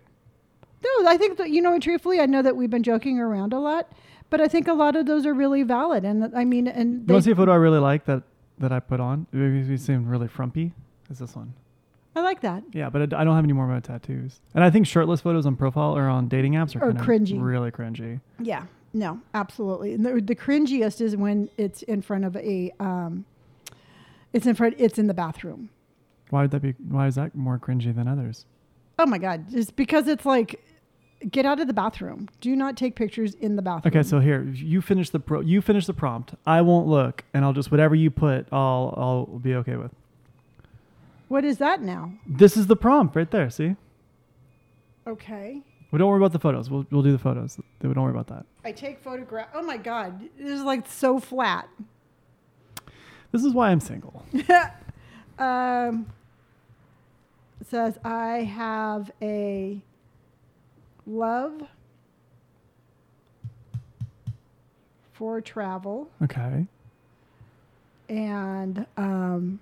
Speaker 2: No, I think that you know. Truthfully, I know that we've been joking around a lot, but I think a lot of those are really valid. And I mean, and
Speaker 1: You
Speaker 2: they,
Speaker 1: want to see a photo I really like that that I put on? It makes me seem really frumpy. Is this one?
Speaker 2: I like that.
Speaker 1: Yeah, but I d- I don't have any more of my tattoos. And I think shirtless photos on profile or on dating apps are
Speaker 2: Are
Speaker 1: kinda
Speaker 2: cringy.
Speaker 1: Really cringy.
Speaker 2: Yeah. No, absolutely. And the, the cringiest is when it's in front of a, um, it's in front, it's in the bathroom.
Speaker 1: Why would that be? Why is that more cringy than others?
Speaker 2: Oh my God! Just because it's like, get out of the bathroom. Do not take pictures in the bathroom.
Speaker 1: Okay, so here you finish the pro. You finish the prompt. I won't look, and I'll just whatever you put, I'll I'll be okay with.
Speaker 2: what is that now?
Speaker 1: This is the prompt right there. See,
Speaker 2: Okay.
Speaker 1: we don't worry about the photos. We'll we'll do the photos. Don't worry about that.
Speaker 2: I take photograph. Oh my god, this is like so flat.
Speaker 1: This is why I'm single.
Speaker 2: *laughs* um, it says I have a love for travel,
Speaker 1: Okay,
Speaker 2: and um,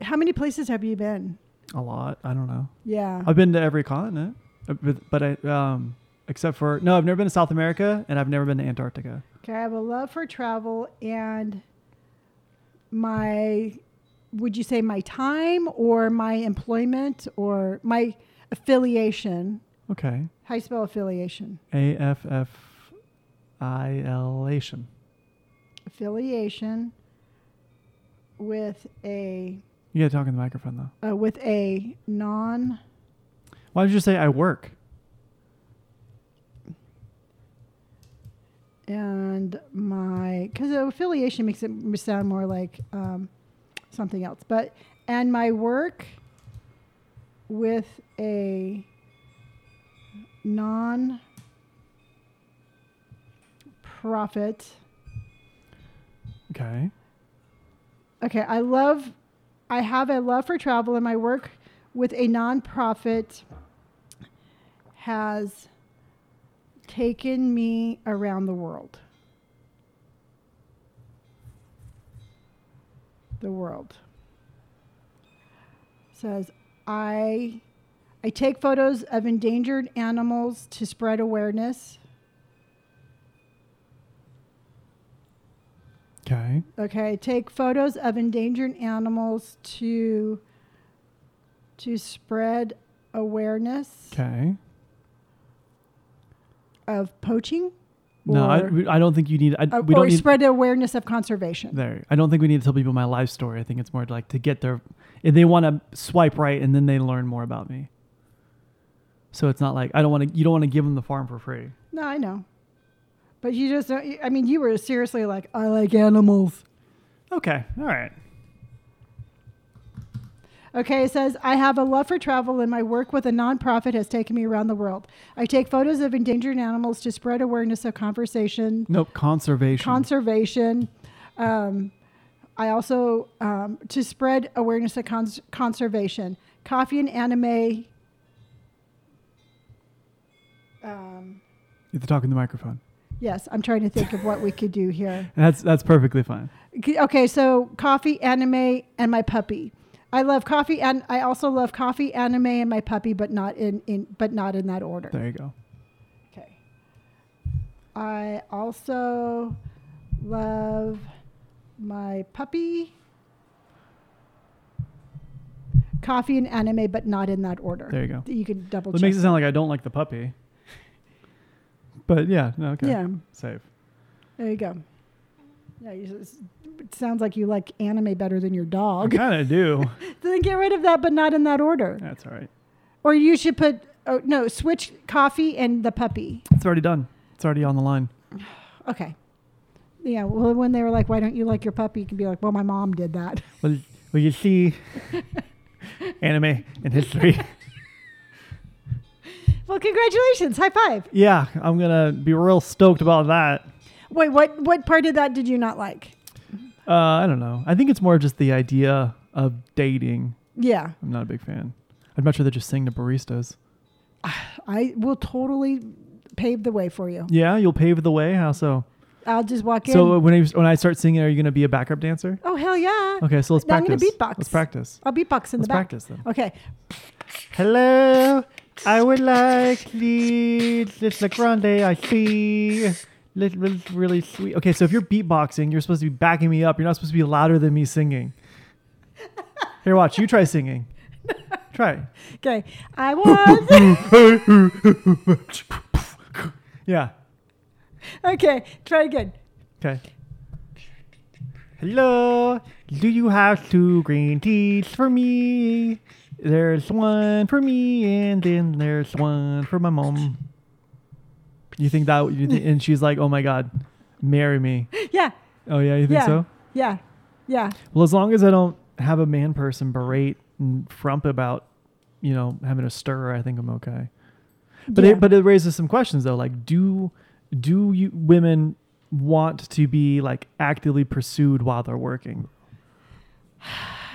Speaker 2: how many places have you been?
Speaker 1: a lot. I don't know.
Speaker 2: Yeah.
Speaker 1: I've been to every continent, uh, but- but I um except for no, I've never been to South America, and I've never been to Antarctica.
Speaker 2: Okay, I have a love for travel and my would you say my time or my employment or my affiliation?
Speaker 1: Okay,
Speaker 2: How you spell affiliation?
Speaker 1: A F F I L ation.
Speaker 2: Affiliation with a
Speaker 1: You gotta talk in the microphone though.
Speaker 2: uh, with a non
Speaker 1: Why did you say I work?
Speaker 2: and my because affiliation makes it m- sound more like um, something else. But and my work with a non profit.
Speaker 1: Okay.
Speaker 2: Okay, I love. I have a love for travel, and my work with a nonprofit has taken me around the world. The world says I. I take photos of endangered animals to spread awareness.
Speaker 1: Okay.
Speaker 2: Okay, take photos of endangered animals to to spread awareness
Speaker 1: Okay.
Speaker 2: of poaching.
Speaker 1: No, I,
Speaker 2: or-
Speaker 1: we- I don't think you need. I,
Speaker 2: uh,
Speaker 1: we
Speaker 2: or
Speaker 1: don't need
Speaker 2: spread awareness of conservation.
Speaker 1: there. I don't think we need to tell people my life story. I think it's more like to get their. If they want to swipe right and then they learn more about me. So it's not like I don't want to. You don't want to give them the farm for free.
Speaker 2: No, I know, but you just don't. I mean, you were seriously like, I like animals.
Speaker 1: Okay. All right.
Speaker 2: Okay, it says, I have a love for travel, and my work with a nonprofit has taken me around the world. I take photos of endangered animals to spread awareness of conversation,
Speaker 1: Nope. Conservation.
Speaker 2: conservation. Um, I also um, to spread awareness of cons- conservation, coffee and anime. Um,
Speaker 1: you have to talk in the microphone.
Speaker 2: yes, I'm trying to think of what we could do here.
Speaker 1: That's that's perfectly fine.
Speaker 2: K- Okay, so coffee, anime, and my puppy. I love coffee, and I also love coffee, anime, and my puppy, but not in, in but not in that order.
Speaker 1: There you go.
Speaker 2: Okay. I also love my puppy, coffee, and anime, but not in that order.
Speaker 1: There you go.
Speaker 2: You can double
Speaker 1: It
Speaker 2: check.
Speaker 1: makes it sound like I don't like the puppy. But yeah. No. Okay.
Speaker 2: Yeah,
Speaker 1: Safe.
Speaker 2: there you go. Yeah, you, s- it sounds like you like anime better than your dog. *laughs*
Speaker 1: I kind of do.
Speaker 2: then get rid of that, but not in that order.
Speaker 1: That's all right.
Speaker 2: Or you should put Oh no, switch coffee and the puppy.
Speaker 1: It's already done. It's already on the line.
Speaker 2: Okay. Yeah. Well, when they were like, "Why don't you like your puppy?" You can be like, "Well, my mom did that."
Speaker 1: Well, well you
Speaker 2: *laughs*
Speaker 1: see, anime and history. *laughs*
Speaker 2: Well, congratulations. High five.
Speaker 1: yeah, I'm gonna be real stoked about that.
Speaker 2: Wait, what? What part of that did you not like?
Speaker 1: Uh, I don't know. I think it's more just the idea of dating.
Speaker 2: Yeah,
Speaker 1: I'm not a big fan. I'd much rather just sing to baristas.
Speaker 2: I will totally pave the way for you.
Speaker 1: Yeah, you'll pave the way. How so?
Speaker 2: I'll just walk in.
Speaker 1: So when I, when I start singing, are you gonna be a backup dancer?
Speaker 2: oh hell yeah!
Speaker 1: Okay, so let's
Speaker 2: I'm
Speaker 1: practice.
Speaker 2: gonna beatbox.
Speaker 1: Let's practice.
Speaker 2: I'll beatbox in
Speaker 1: Let's
Speaker 2: the back.
Speaker 1: practice then. *laughs*
Speaker 2: Okay.
Speaker 1: Hello, I would like the this La Grande I see. This was really sweet. Okay, so if you're beatboxing, you're supposed to be backing me up. You're not supposed to be louder than me singing. Here, watch. You try
Speaker 2: *laughs*
Speaker 1: singing. Try.
Speaker 2: Okay. I was.
Speaker 1: *laughs* Yeah.
Speaker 2: okay. Try again.
Speaker 1: Okay. Hello. Do you have two green teas for me? There's one for me, and then there's one for my mom. You think that? You thi- and she's like, "Oh my God, marry me."
Speaker 2: Yeah.
Speaker 1: Oh yeah, you think
Speaker 2: yeah.
Speaker 1: so?
Speaker 2: Yeah. Yeah.
Speaker 1: Well, as long as I don't have a man person berate and frump about, you know, having a stir, I think I'm okay. But
Speaker 2: Yeah.
Speaker 1: it but it raises some questions though. Like, do do you women want to be like actively pursued while they're working?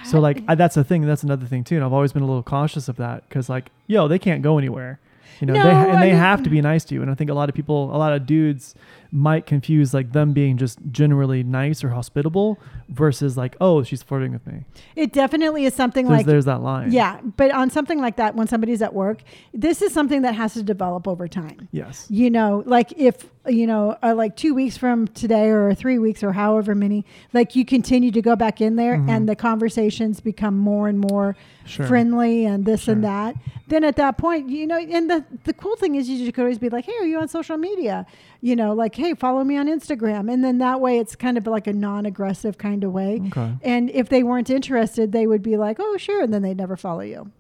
Speaker 1: So like I, that's a thing. That's another thing too. And I've always been a little cautious of that because like yo, they can't go anywhere. You know, they,
Speaker 2: No,
Speaker 1: and
Speaker 2: I
Speaker 1: they
Speaker 2: mean-
Speaker 1: have to be nice to you. And I think a lot of people, a lot of dudes, might confuse like them being just generally nice or hospitable versus like, oh, she's flirting with me.
Speaker 2: It definitely is something
Speaker 1: There's,
Speaker 2: like
Speaker 1: there's that line.
Speaker 2: Yeah, but on something like that, when somebody's at work, this is something that has to develop over time.
Speaker 1: Yes.
Speaker 2: You know, like if, you know, uh, like two weeks from today or three weeks or however many, like you continue to go back in there and the conversations become more and more
Speaker 1: Mm-hmm. Sure.
Speaker 2: friendly and this and
Speaker 1: Sure.
Speaker 2: that, then at that point, you know, and the, the cool thing is you just could always be like, hey, are you on social media? You know, like, hey, follow me on Instagram. And then that way it's kind of like a non aggressive kind of way.
Speaker 1: Okay.
Speaker 2: And if they weren't interested, they would be like, oh, sure. And then they'd never follow you.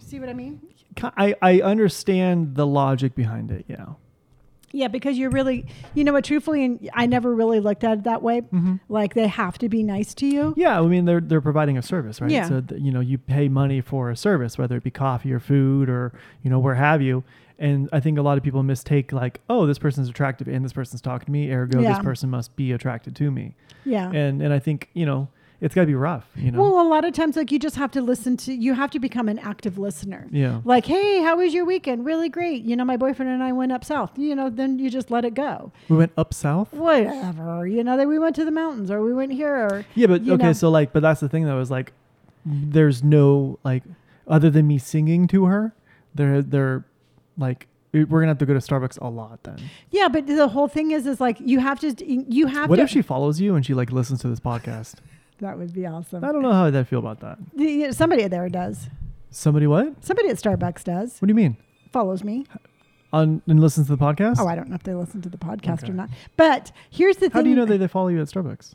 Speaker 2: See what I mean?
Speaker 1: Ki- I, I understand the logic behind it. Yeah.
Speaker 2: Yeah, because you're really, you know what, truthfully, and I never really looked at it that way. Like they have to be nice to you.
Speaker 1: Mm-hmm. Yeah, I mean they're they're providing a service, right?
Speaker 2: Yeah.
Speaker 1: So th- you know you pay money for a service, whether it be coffee or food or you know where have you. And I think a lot of people mistake like, oh, this person's attractive and this person's talking to me, ergo
Speaker 2: Yeah.
Speaker 1: this person must be attracted to me.
Speaker 2: Yeah.
Speaker 1: And and I think you know it's got to be rough, you know.
Speaker 2: Well, a lot of times, like you just have to listen to, you have to become an active listener.
Speaker 1: yeah.
Speaker 2: Like, hey, how was your weekend? Really great. You know, my boyfriend and I went up south. You know, then you just let it go.
Speaker 1: We went up south.
Speaker 2: Whatever. You know, that we went to the mountains or we went here or
Speaker 1: Yeah, but
Speaker 2: you
Speaker 1: okay,
Speaker 2: know.
Speaker 1: so like, but that's the thing though is like, there's no like, other than me singing to her, there there, like we're gonna have to go to Starbucks a lot then.
Speaker 2: Yeah, but the whole thing is, is like you have to, you have
Speaker 1: What
Speaker 2: to.
Speaker 1: if she follows you and she like listens to this podcast?
Speaker 2: that would be awesome.
Speaker 1: I don't know how I'd feel about that.
Speaker 2: The- yeah, Somebody there does.
Speaker 1: Somebody what? What
Speaker 2: Somebody at Starbucks does.
Speaker 1: do you mean?
Speaker 2: Follows me.
Speaker 1: On and listens to the podcast?
Speaker 2: Oh, I don't know if they listen to the podcast
Speaker 1: Okay.
Speaker 2: or not. But here's the thing.
Speaker 1: how do you know that they follow you at Starbucks?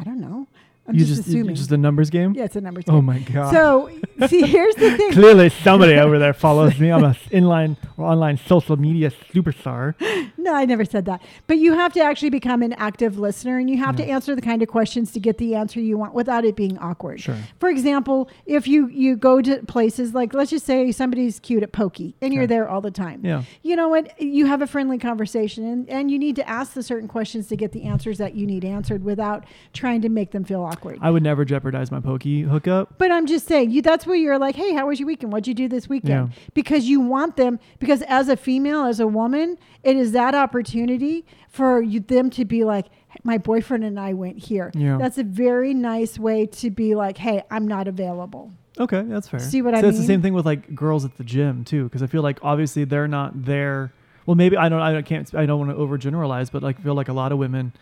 Speaker 2: I don't know. I'm
Speaker 1: you
Speaker 2: just,
Speaker 1: just you-
Speaker 2: assuming.
Speaker 1: just a numbers game?
Speaker 2: yeah, it's a number two.
Speaker 1: Oh my god. *laughs*
Speaker 2: so see, here's the thing.
Speaker 1: Clearly, somebody over there
Speaker 2: *laughs*
Speaker 1: follows me. I'm a inline or online social media superstar.
Speaker 2: No, I never said that. But you have to actually become an active listener and you have to
Speaker 1: Yeah.
Speaker 2: answer the kind of questions to get the answer you want without it being awkward.
Speaker 1: Sure.
Speaker 2: For example, if you you go to places like let's just say somebody's cute at Pokey and you're
Speaker 1: Okay.
Speaker 2: there all the time.
Speaker 1: Yeah.
Speaker 2: You know what? You have a friendly conversation and, and you need to ask the certain questions to get the answers that you need answered without trying to make them feel awkward.
Speaker 1: I would never jeopardize my pokey hookup.
Speaker 2: But I'm just saying, you that's where you're like, hey, how was your weekend? What'd you do this weekend?
Speaker 1: Yeah.
Speaker 2: Because you want them, because as a female, as a woman, it is that opportunity for you, them to be like, my boyfriend and I went here.
Speaker 1: Yeah.
Speaker 2: That's a very nice way to be like, hey, I'm not available.
Speaker 1: Okay, that's fair.
Speaker 2: See what
Speaker 1: so
Speaker 2: I
Speaker 1: That's the
Speaker 2: mean?
Speaker 1: same thing with like girls at the gym too, because I feel like obviously they're not there. Well, maybe I don't. I can't. I don't want to overgeneralize, but like I feel like a lot of women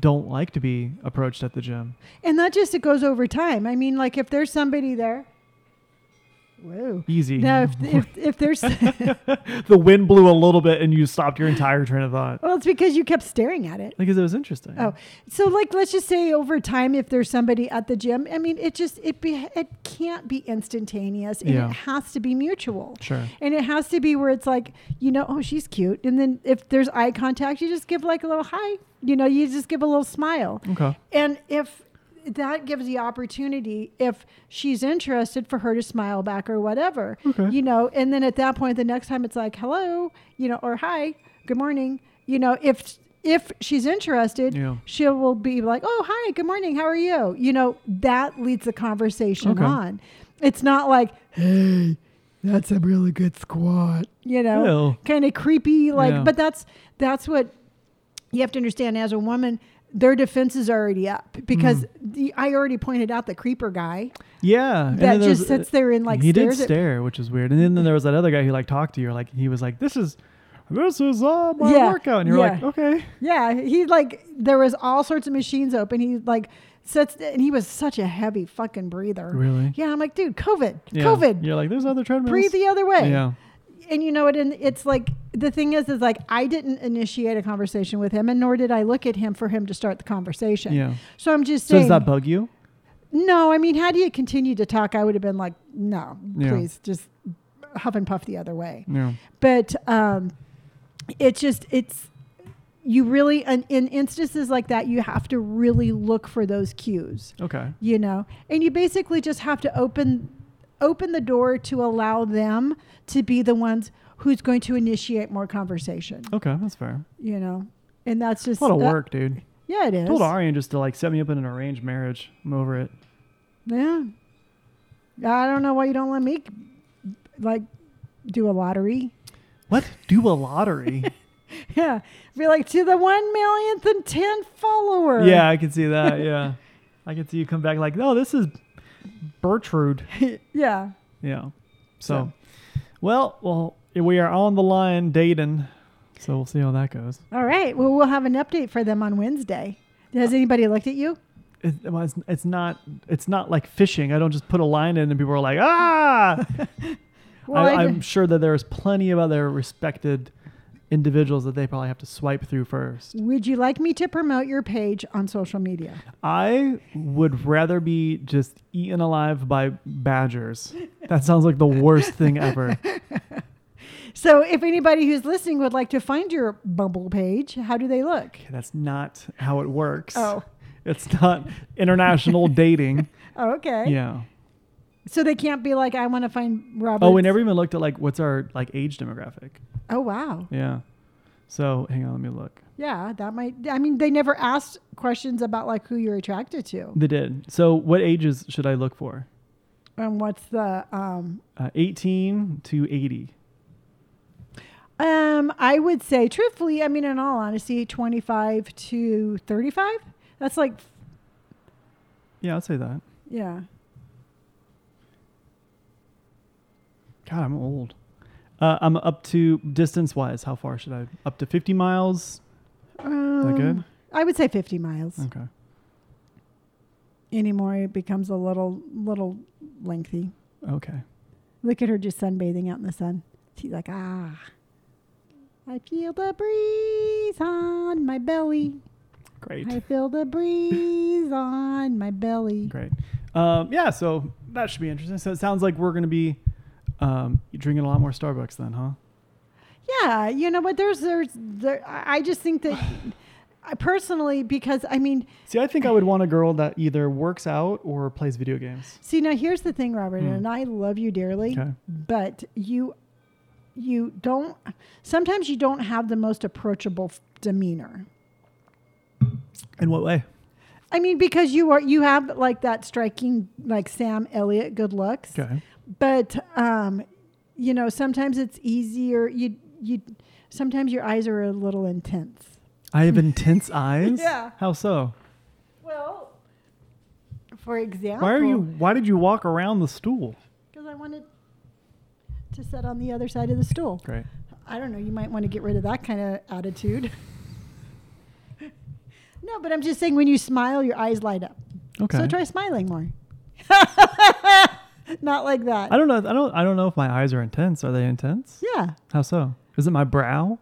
Speaker 1: don't like to be approached at the gym.
Speaker 2: And that just it goes over time. I mean, like if there's somebody there, Whoa.
Speaker 1: Easy.
Speaker 2: Now, if, if, if there's, *laughs* well,
Speaker 1: *laughs* the wind blew a little bit and you stopped your entire train of thought
Speaker 2: it's because you kept staring at it.
Speaker 1: because it was interesting.
Speaker 2: Oh, so like let's just say over time, if there's somebody at the gym, I mean, it just it be it can't be instantaneous, and
Speaker 1: Yeah.
Speaker 2: it has to be mutual.
Speaker 1: Sure.
Speaker 2: And it has to be where it's like you know, oh, she's cute, and then if there's eye contact, you just give like a little hi. You know, you just give a little smile.
Speaker 1: Okay.
Speaker 2: And if that gives the opportunity, if she's interested, for her to smile back or whatever,
Speaker 1: Okay.
Speaker 2: you know, and then at that point, the next time it's like, hello, you know, or hi, good morning, you know, if if she's interested,
Speaker 1: Yeah.
Speaker 2: she will be like, oh, hi, good morning, how are you? You know, that leads the conversation
Speaker 1: Okay.
Speaker 2: on. It's not like, hey, that's a really good squat, you know,
Speaker 1: Ew.
Speaker 2: kind of creepy, like,
Speaker 1: Yeah.
Speaker 2: but that's that's what you have to understand as a woman their defense is already up because
Speaker 1: Mm.
Speaker 2: the, I already pointed out the creeper guy
Speaker 1: Yeah. and
Speaker 2: that
Speaker 1: then there
Speaker 2: just
Speaker 1: was- uh,
Speaker 2: sits there and like
Speaker 1: he did
Speaker 2: stares at
Speaker 1: stare, which is weird. And then, then there was that other guy who like talked to you, like he was like, "This is, this is uh, my
Speaker 2: Yeah,
Speaker 1: workout," and you're like,
Speaker 2: yeah.
Speaker 1: "Okay."
Speaker 2: yeah he like there was all sorts of machines open he like sits and he was such a heavy fucking breather
Speaker 1: Really?
Speaker 2: yeah I'm like dude COVID
Speaker 1: Yeah.
Speaker 2: COVID
Speaker 1: You're like, "There's other treadmills."
Speaker 2: breathe the other way
Speaker 1: Yeah.
Speaker 2: and you know what and it's like the thing is is like i didn't initiate a conversation with him and nor did i look at him for him to start the conversation
Speaker 1: Yeah.
Speaker 2: so i'm just
Speaker 1: So
Speaker 2: saying
Speaker 1: does that bug you?
Speaker 2: No, I mean, had he continued to talk, I would have been like, no,
Speaker 1: Yeah.
Speaker 2: please just huff and puff the other way.
Speaker 1: Yeah.
Speaker 2: But um, it's just, it's, you really, in, in instances like that, you have to really look for those cues,
Speaker 1: Okay.
Speaker 2: you know, and you basically just have to open, open the door to allow them to be the ones who's going to initiate more conversation,
Speaker 1: Okay, that's fair.
Speaker 2: you know, and that's just
Speaker 1: A lot of
Speaker 2: that-
Speaker 1: work, dude.
Speaker 2: Yeah, it is.
Speaker 1: told Arian just to like set me up in an arranged marriage. I'm over it.
Speaker 2: Yeah. I don't know why you don't let me like do a lottery. *laughs*
Speaker 1: What? Do a *laughs* lottery?
Speaker 2: Yeah. Be like to the one millionth and ten follower.
Speaker 1: yeah, I can see that. Yeah, I can see you come back like, "No, this is Bertrude."
Speaker 2: *laughs* yeah.
Speaker 1: Yeah.
Speaker 2: So-
Speaker 1: So, well, well, we are on the line dating, so we'll see how that goes.
Speaker 2: All right. Well we'll have an update for them on Wednesday. Has anybody looked at you?
Speaker 1: It, well, it's, it's not it's not like fishing. I don't just put a line in and people are like, ah.
Speaker 2: Well,
Speaker 1: I,
Speaker 2: I d-
Speaker 1: I'm sure that there's plenty of other respected individuals that they probably have to swipe through first.
Speaker 2: Would you like me to promote your page on social media?
Speaker 1: I would rather be just eaten alive by badgers. That sounds like the worst thing
Speaker 2: *laughs*
Speaker 1: ever.
Speaker 2: So if anybody who's listening would like to find your Bumble page, how do they look?
Speaker 1: Okay, that's not how it works.
Speaker 2: Oh.
Speaker 1: It's not
Speaker 2: *laughs*
Speaker 1: international dating.
Speaker 2: Oh, okay.
Speaker 1: Yeah.
Speaker 2: So they can't be like, I want to find Robert.
Speaker 1: Oh, we never even looked at like what's our like age demographic.
Speaker 2: Oh wow.
Speaker 1: Yeah. So hang on, let me look.
Speaker 2: Yeah, that might. I mean, they never asked questions about like who you're attracted to
Speaker 1: They did. So what ages should I look for?
Speaker 2: and what's the. Um,
Speaker 1: Uh, 18 to 80.
Speaker 2: um, I would say truthfully. I mean, in all honesty, 25 to 35. That's like,
Speaker 1: Yeah, I'd say that.
Speaker 2: yeah.
Speaker 1: God, I'm old. Uh, I'm up to distance wise. How far should I? Up to 50 miles.
Speaker 2: Um,
Speaker 1: good? Hmm.
Speaker 2: I would say 50 miles.
Speaker 1: Okay.
Speaker 2: Anymore, it becomes a little little lengthy.
Speaker 1: Okay.
Speaker 2: Look at her just sunbathing out in the sun. She's like, ah, I feel the breeze on my belly.
Speaker 1: Great.
Speaker 2: I feel the breeze on my belly.
Speaker 1: Great. Um, yeah, so that should be interesting. So it sounds like we're going to be um, drinking a lot more Starbucks then, huh?
Speaker 2: Yeah, you know what? There's there's there. I I just think that I personally because I mean,
Speaker 1: See, I think I would want a girl that either works out or plays video games.
Speaker 2: see now here's the thing, Robert,
Speaker 1: Hmm.
Speaker 2: and I love you dearly,
Speaker 1: Okay.
Speaker 2: but you you don't sometimes you don't have the most approachable f- demeanor.
Speaker 1: In what way?
Speaker 2: I mean, because you are you have like that striking like Sam Elliott good looks.
Speaker 1: Okay.
Speaker 2: but um, you know sometimes it's easier you you sometimes your eyes are a little intense
Speaker 1: I have intense eyes.
Speaker 2: *laughs* Yeah.
Speaker 1: How so?
Speaker 2: well for example
Speaker 1: Why are you? Why did you walk around the stool?
Speaker 2: because i wanted to sit on the other side of the stool
Speaker 1: Great.
Speaker 2: i don't know you might want to get rid of that kind of attitude *laughs* no but i'm just saying when you smile your eyes light up
Speaker 1: Okay.
Speaker 2: so try smiling more *laughs* Not like that.
Speaker 1: I don't know. I don't. I don't know if my eyes are intense. Are they intense?
Speaker 2: yeah.
Speaker 1: How so? Is it my brow?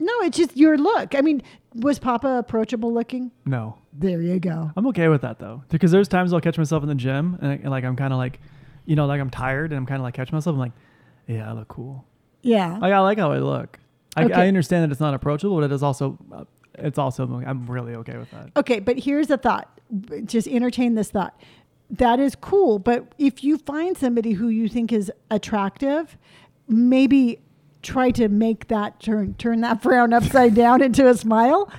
Speaker 2: No, it's just your look. I mean, was Papa approachable looking?
Speaker 1: No.
Speaker 2: There you go.
Speaker 1: I'm okay with that though, because there's times I'll catch myself in the gym and, I, and like I'm kind of like, you know, like I'm tired and I'm kind of like catching myself. I'm like, yeah, I look cool.
Speaker 2: Yeah.
Speaker 1: Like I like how I look. I,
Speaker 2: Okay.
Speaker 1: I understand that it's not approachable, but it is also, uh, it's also. I'm really okay with that.
Speaker 2: Okay, but here's a thought. Just entertain this thought. That is cool, but if you find somebody who you think is attractive, maybe try to make that turn turn that *laughs* frown upside down into a smile.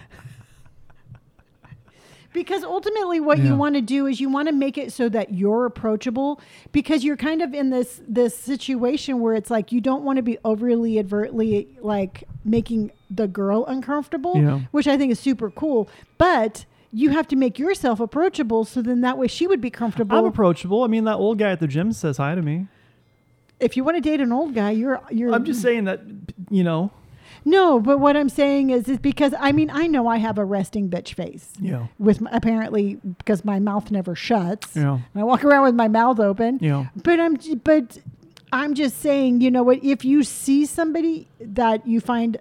Speaker 2: Because ultimately what
Speaker 1: Yeah.
Speaker 2: you want to do is you want to make it so that you're approachable because you're kind of in this this situation where it's like you don't want to be overly advertly like making the girl uncomfortable
Speaker 1: Yeah.
Speaker 2: which I think is super cool. But you have to make yourself approachable, so then that way she would be comfortable.
Speaker 1: I'm approachable. I mean, that old guy at the gym says hi to me.
Speaker 2: if you want to date an old guy, you're you're.
Speaker 1: I'm just saying that, you know.
Speaker 2: No, but what I'm saying is, is because I mean I know I have a resting bitch face.
Speaker 1: Yeah.
Speaker 2: With my, apparently because my mouth never shuts.
Speaker 1: Yeah.
Speaker 2: I walk around with my mouth open.
Speaker 1: Yeah.
Speaker 2: But I'm j- but I'm just saying, you know what? If you see somebody that you find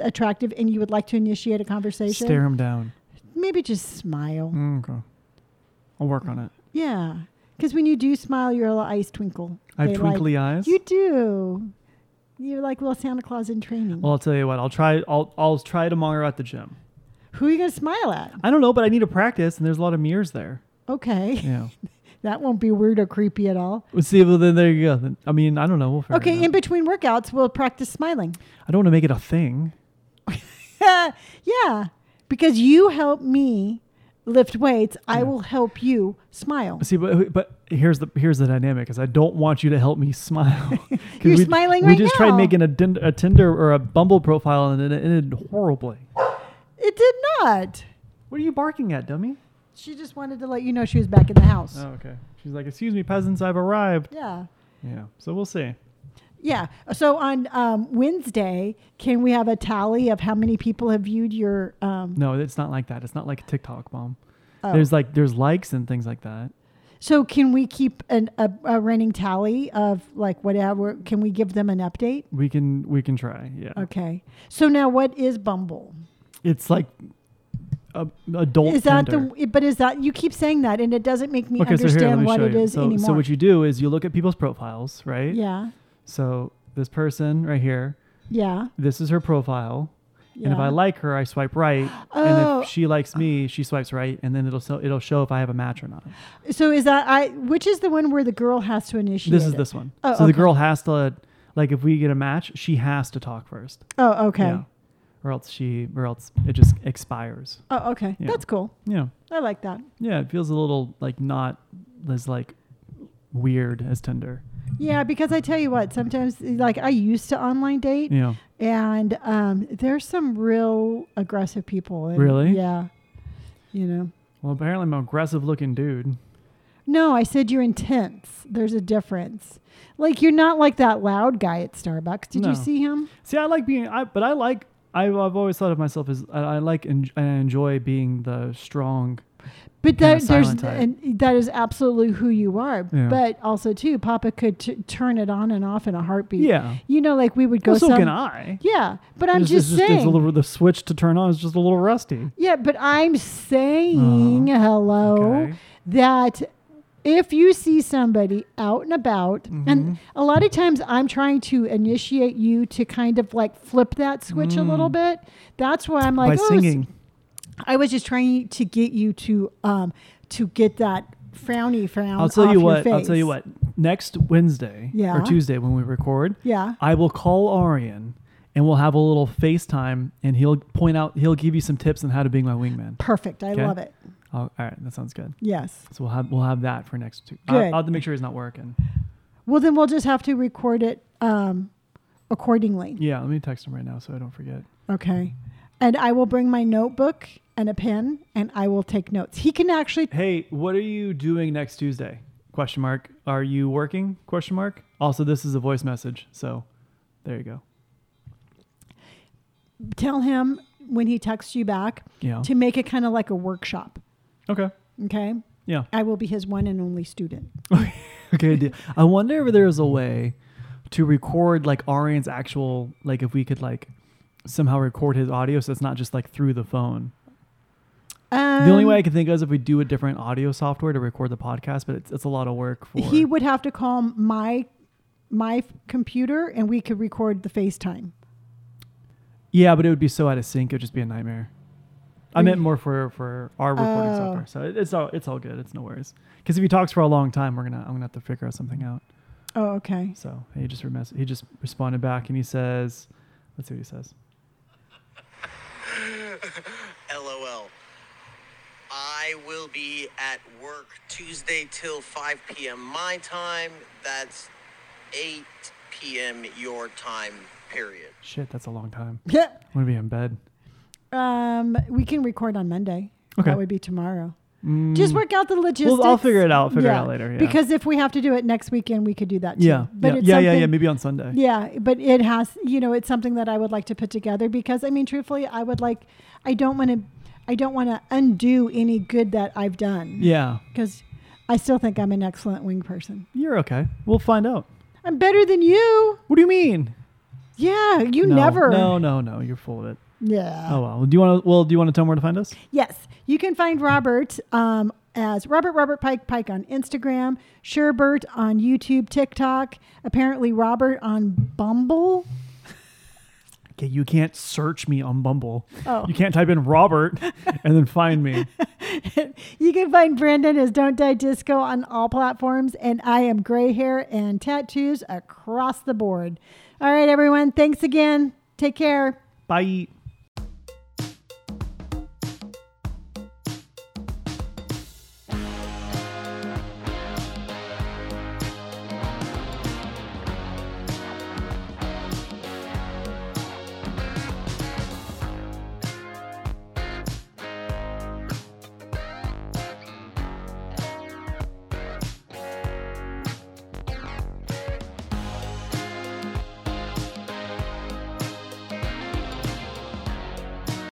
Speaker 2: attractive and you would like to initiate a conversation,
Speaker 1: Stare him down.
Speaker 2: maybe just smile.
Speaker 1: Mm, Okay. I'll work on it.
Speaker 2: Yeah, because when you do smile, your little eyes twinkle.
Speaker 1: I have
Speaker 2: They
Speaker 1: twinkly
Speaker 2: like,
Speaker 1: eyes.
Speaker 2: You do. You're like little Santa Claus in training.
Speaker 1: Well, I'll tell you what. I'll try. I'll I'll try tomorrow at the gym.
Speaker 2: Who are you gonna smile at?
Speaker 1: I don't know, but I need to practice, and there's a lot of mirrors there.
Speaker 2: Okay,
Speaker 1: Yeah.
Speaker 2: *laughs* that won't be weird or creepy at all.
Speaker 1: Well, see, well, then there you go. Then- I mean, I don't know. We'll figure
Speaker 2: okay,
Speaker 1: it
Speaker 2: in
Speaker 1: out.
Speaker 2: between workouts, we'll practice smiling. *laughs*
Speaker 1: I don't want to make it a thing.
Speaker 2: yeah, because you help me lift weights, I will help you smile.
Speaker 1: See, but but here's the here's the dynamic is I don't want you to help me *laughs*
Speaker 2: *laughs*
Speaker 1: smile. 'Cause
Speaker 2: You're
Speaker 1: we-
Speaker 2: smiling
Speaker 1: We
Speaker 2: right
Speaker 1: just tried
Speaker 2: now.
Speaker 1: making a, din- a Tinder or a Bumble profile, and it ended horribly.
Speaker 2: It did not.
Speaker 1: What are you barking at, dummy?
Speaker 2: She just wanted to let you know she was back in the house.
Speaker 1: Oh, okay. She's like, "Excuse me, peasants, I've arrived."
Speaker 2: Yeah.
Speaker 1: Yeah. So we'll see.
Speaker 2: Yeah. So on um, Wednesday, can we have a tally of how many people have viewed your? Um,
Speaker 1: No, it's not like that. It's not like TikTok, mom.
Speaker 2: Oh.
Speaker 1: There's like there's likes and things like that.
Speaker 2: So can we keep an, a, a running tally of like whatever? Can we give them an update?
Speaker 1: We can we can try. Yeah.
Speaker 2: Okay. So now, what is Bumble?
Speaker 1: It's like a, adult.
Speaker 2: Is that
Speaker 1: Tinder.
Speaker 2: the? But is that you keep saying that, and it doesn't make me
Speaker 1: Okay, so
Speaker 2: understand
Speaker 1: here, let me
Speaker 2: what
Speaker 1: show
Speaker 2: it
Speaker 1: you.
Speaker 2: is
Speaker 1: so,
Speaker 2: anymore.
Speaker 1: so what you do is you look at people's profiles, right?
Speaker 2: yeah,
Speaker 1: So this person right here,
Speaker 2: yeah,
Speaker 1: this is her profile, and if
Speaker 2: Yeah.
Speaker 1: I like her, I swipe right,
Speaker 2: Oh.
Speaker 1: and if she likes me, she swipes right, and then it'll so, it'll show if I have a match or not.
Speaker 2: So is that I? Which is the one where the girl has to initiate?
Speaker 1: This is
Speaker 2: it?
Speaker 1: this one.
Speaker 2: Oh,
Speaker 1: so the
Speaker 2: okay.
Speaker 1: girl has to, like, if we get a match, she has to talk first.
Speaker 2: Oh, okay.
Speaker 1: Yeah. Or else she, or else it just expires.
Speaker 2: Oh, okay.
Speaker 1: Yeah.
Speaker 2: That's cool.
Speaker 1: Yeah,
Speaker 2: I like that.
Speaker 1: yeah. It feels a little like not as like weird as Tinder.
Speaker 2: Yeah, because I tell you what, sometimes eh, like I used to online date,
Speaker 1: Yeah.
Speaker 2: and um, there's some real aggressive people. and-
Speaker 1: Really?
Speaker 2: Yeah. You know.
Speaker 1: Well, apparently I'm an aggressive looking dude.
Speaker 2: No, I said you're intense. There's a difference. Like you're not like that loud guy at Starbucks. Did
Speaker 1: No.
Speaker 2: you see him?
Speaker 1: See, I like being, I, but I like, I, I've always thought of myself as I, I like and I enjoy being the strong. Kinda
Speaker 2: But that, there's
Speaker 1: silent type.
Speaker 2: and that is absolutely who you are.
Speaker 1: Yeah.
Speaker 2: But also too, Papa could t- turn it on and off in a heartbeat.
Speaker 1: Yeah.
Speaker 2: You know, like we would go.
Speaker 1: Well, so
Speaker 2: some-
Speaker 1: can I.
Speaker 2: Yeah, but I'm
Speaker 1: It's
Speaker 2: just,
Speaker 1: it's
Speaker 2: saying.
Speaker 1: it's a little, the switch to turn on is just a little rusty.
Speaker 2: Yeah, but I'm saying hello
Speaker 1: Okay.
Speaker 2: that if you see somebody out and about,
Speaker 1: Mm-hmm.
Speaker 2: and a lot of times I'm trying to initiate you to kind of like flip that switch a little bit. That's why I'm like,
Speaker 1: Mm. By
Speaker 2: oh, s-
Speaker 1: singing.
Speaker 2: I was just trying to get you to um to get that frowny frown.
Speaker 1: I'll tell
Speaker 2: off
Speaker 1: you
Speaker 2: your
Speaker 1: what. I'll
Speaker 2: face.
Speaker 1: tell you what. Next Wednesday
Speaker 2: Yeah.
Speaker 1: or Tuesday when we record,
Speaker 2: Yeah.
Speaker 1: I will call Arian and we'll have a little FaceTime and he'll point out, he'll give you some tips on how to be my wingman.
Speaker 2: Perfect. I
Speaker 1: Okay.
Speaker 2: love it.
Speaker 1: Oh, all right, that sounds good.
Speaker 2: Yes.
Speaker 1: So we'll have we'll have that for next. Two. I'll,
Speaker 2: Good.
Speaker 1: I'll have to make sure he's not working.
Speaker 2: Well, then we'll just have to record it um accordingly.
Speaker 1: Yeah, let me text him right now so I don't forget.
Speaker 2: Okay. And I will bring my notebook and a pen and I will take notes. He can actually
Speaker 1: Hey, what are you doing next Tuesday? Question mark. Are you working? Question mark. Also, this is a voice message, so there you go.
Speaker 2: tell him when he texts you back
Speaker 1: Yeah.
Speaker 2: to make it kind of like a workshop.
Speaker 1: Okay.
Speaker 2: Okay.
Speaker 1: Yeah.
Speaker 2: I will be his one and only student.
Speaker 1: Okay, dude. I wonder if there's a way to record like Arian's actual like if we could like somehow record his audio so it's not just like through the phone.
Speaker 2: Um,
Speaker 1: the only way I can think of is if we do a different audio software to record the podcast, but it's, it's a lot of work for
Speaker 2: he would have to call my my computer and we could record the FaceTime.
Speaker 1: Yeah, but it would be so out of sync, it would just be a nightmare. I meant
Speaker 2: Really?
Speaker 1: more for for our recording
Speaker 2: Oh.
Speaker 1: software. So it, it's all it's all good. It's no worries. Because if he talks for a long time, we're gonna I'm gonna have to figure out something out.
Speaker 2: Oh, okay. *laughs*
Speaker 1: So he just remes- he just responded back and he says, let's see what he says.
Speaker 5: LOL. I will be at work Tuesday till 5 p.m. my time. That's 8 p.m. your time, period.
Speaker 1: Shit, that's a long time.
Speaker 2: Yeah.
Speaker 1: I'm gonna be in bed.
Speaker 2: Um, we can record on Monday.
Speaker 1: Okay. Mm.
Speaker 2: That would be tomorrow. Just work out the logistics.
Speaker 1: Well, I'll figure it out. Figure it out later. Yeah.
Speaker 2: Because if we have to do it next weekend, we could do that too.
Speaker 1: yeah,
Speaker 2: But
Speaker 1: yeah,
Speaker 2: it's
Speaker 1: yeah, yeah,
Speaker 2: something-
Speaker 1: yeah, maybe on Sunday.
Speaker 2: Yeah, but it has, you know, it's something that I would like to put together because I mean, truthfully, I would like, I don't want to, I don't want to undo any good that I've done.
Speaker 1: Yeah,
Speaker 2: Because I still think I'm an excellent wing person.
Speaker 1: you're okay. We'll find out.
Speaker 2: I'm better than you.
Speaker 1: What do you mean?
Speaker 2: Yeah, you
Speaker 1: No,
Speaker 2: never. Uh.
Speaker 1: No, no, no. You're full of it.
Speaker 2: Yeah.
Speaker 1: Oh well. Do you want to? Well, do you want to tell them where to find us?
Speaker 2: Yes, you can find Robert um, as Robert Robert Pike Pike on Instagram, Sherbert on YouTube, TikTok. Apparently, Robert on Bumble.
Speaker 1: Okay, you can't search me on Bumble.
Speaker 2: Oh.
Speaker 1: You can't type in Robert and then find me.
Speaker 2: You can find Brandon as Don't Die Disco on all platforms, and I am gray hair and tattoos across the board. All right, everyone, thanks again. Take care.
Speaker 1: Bye.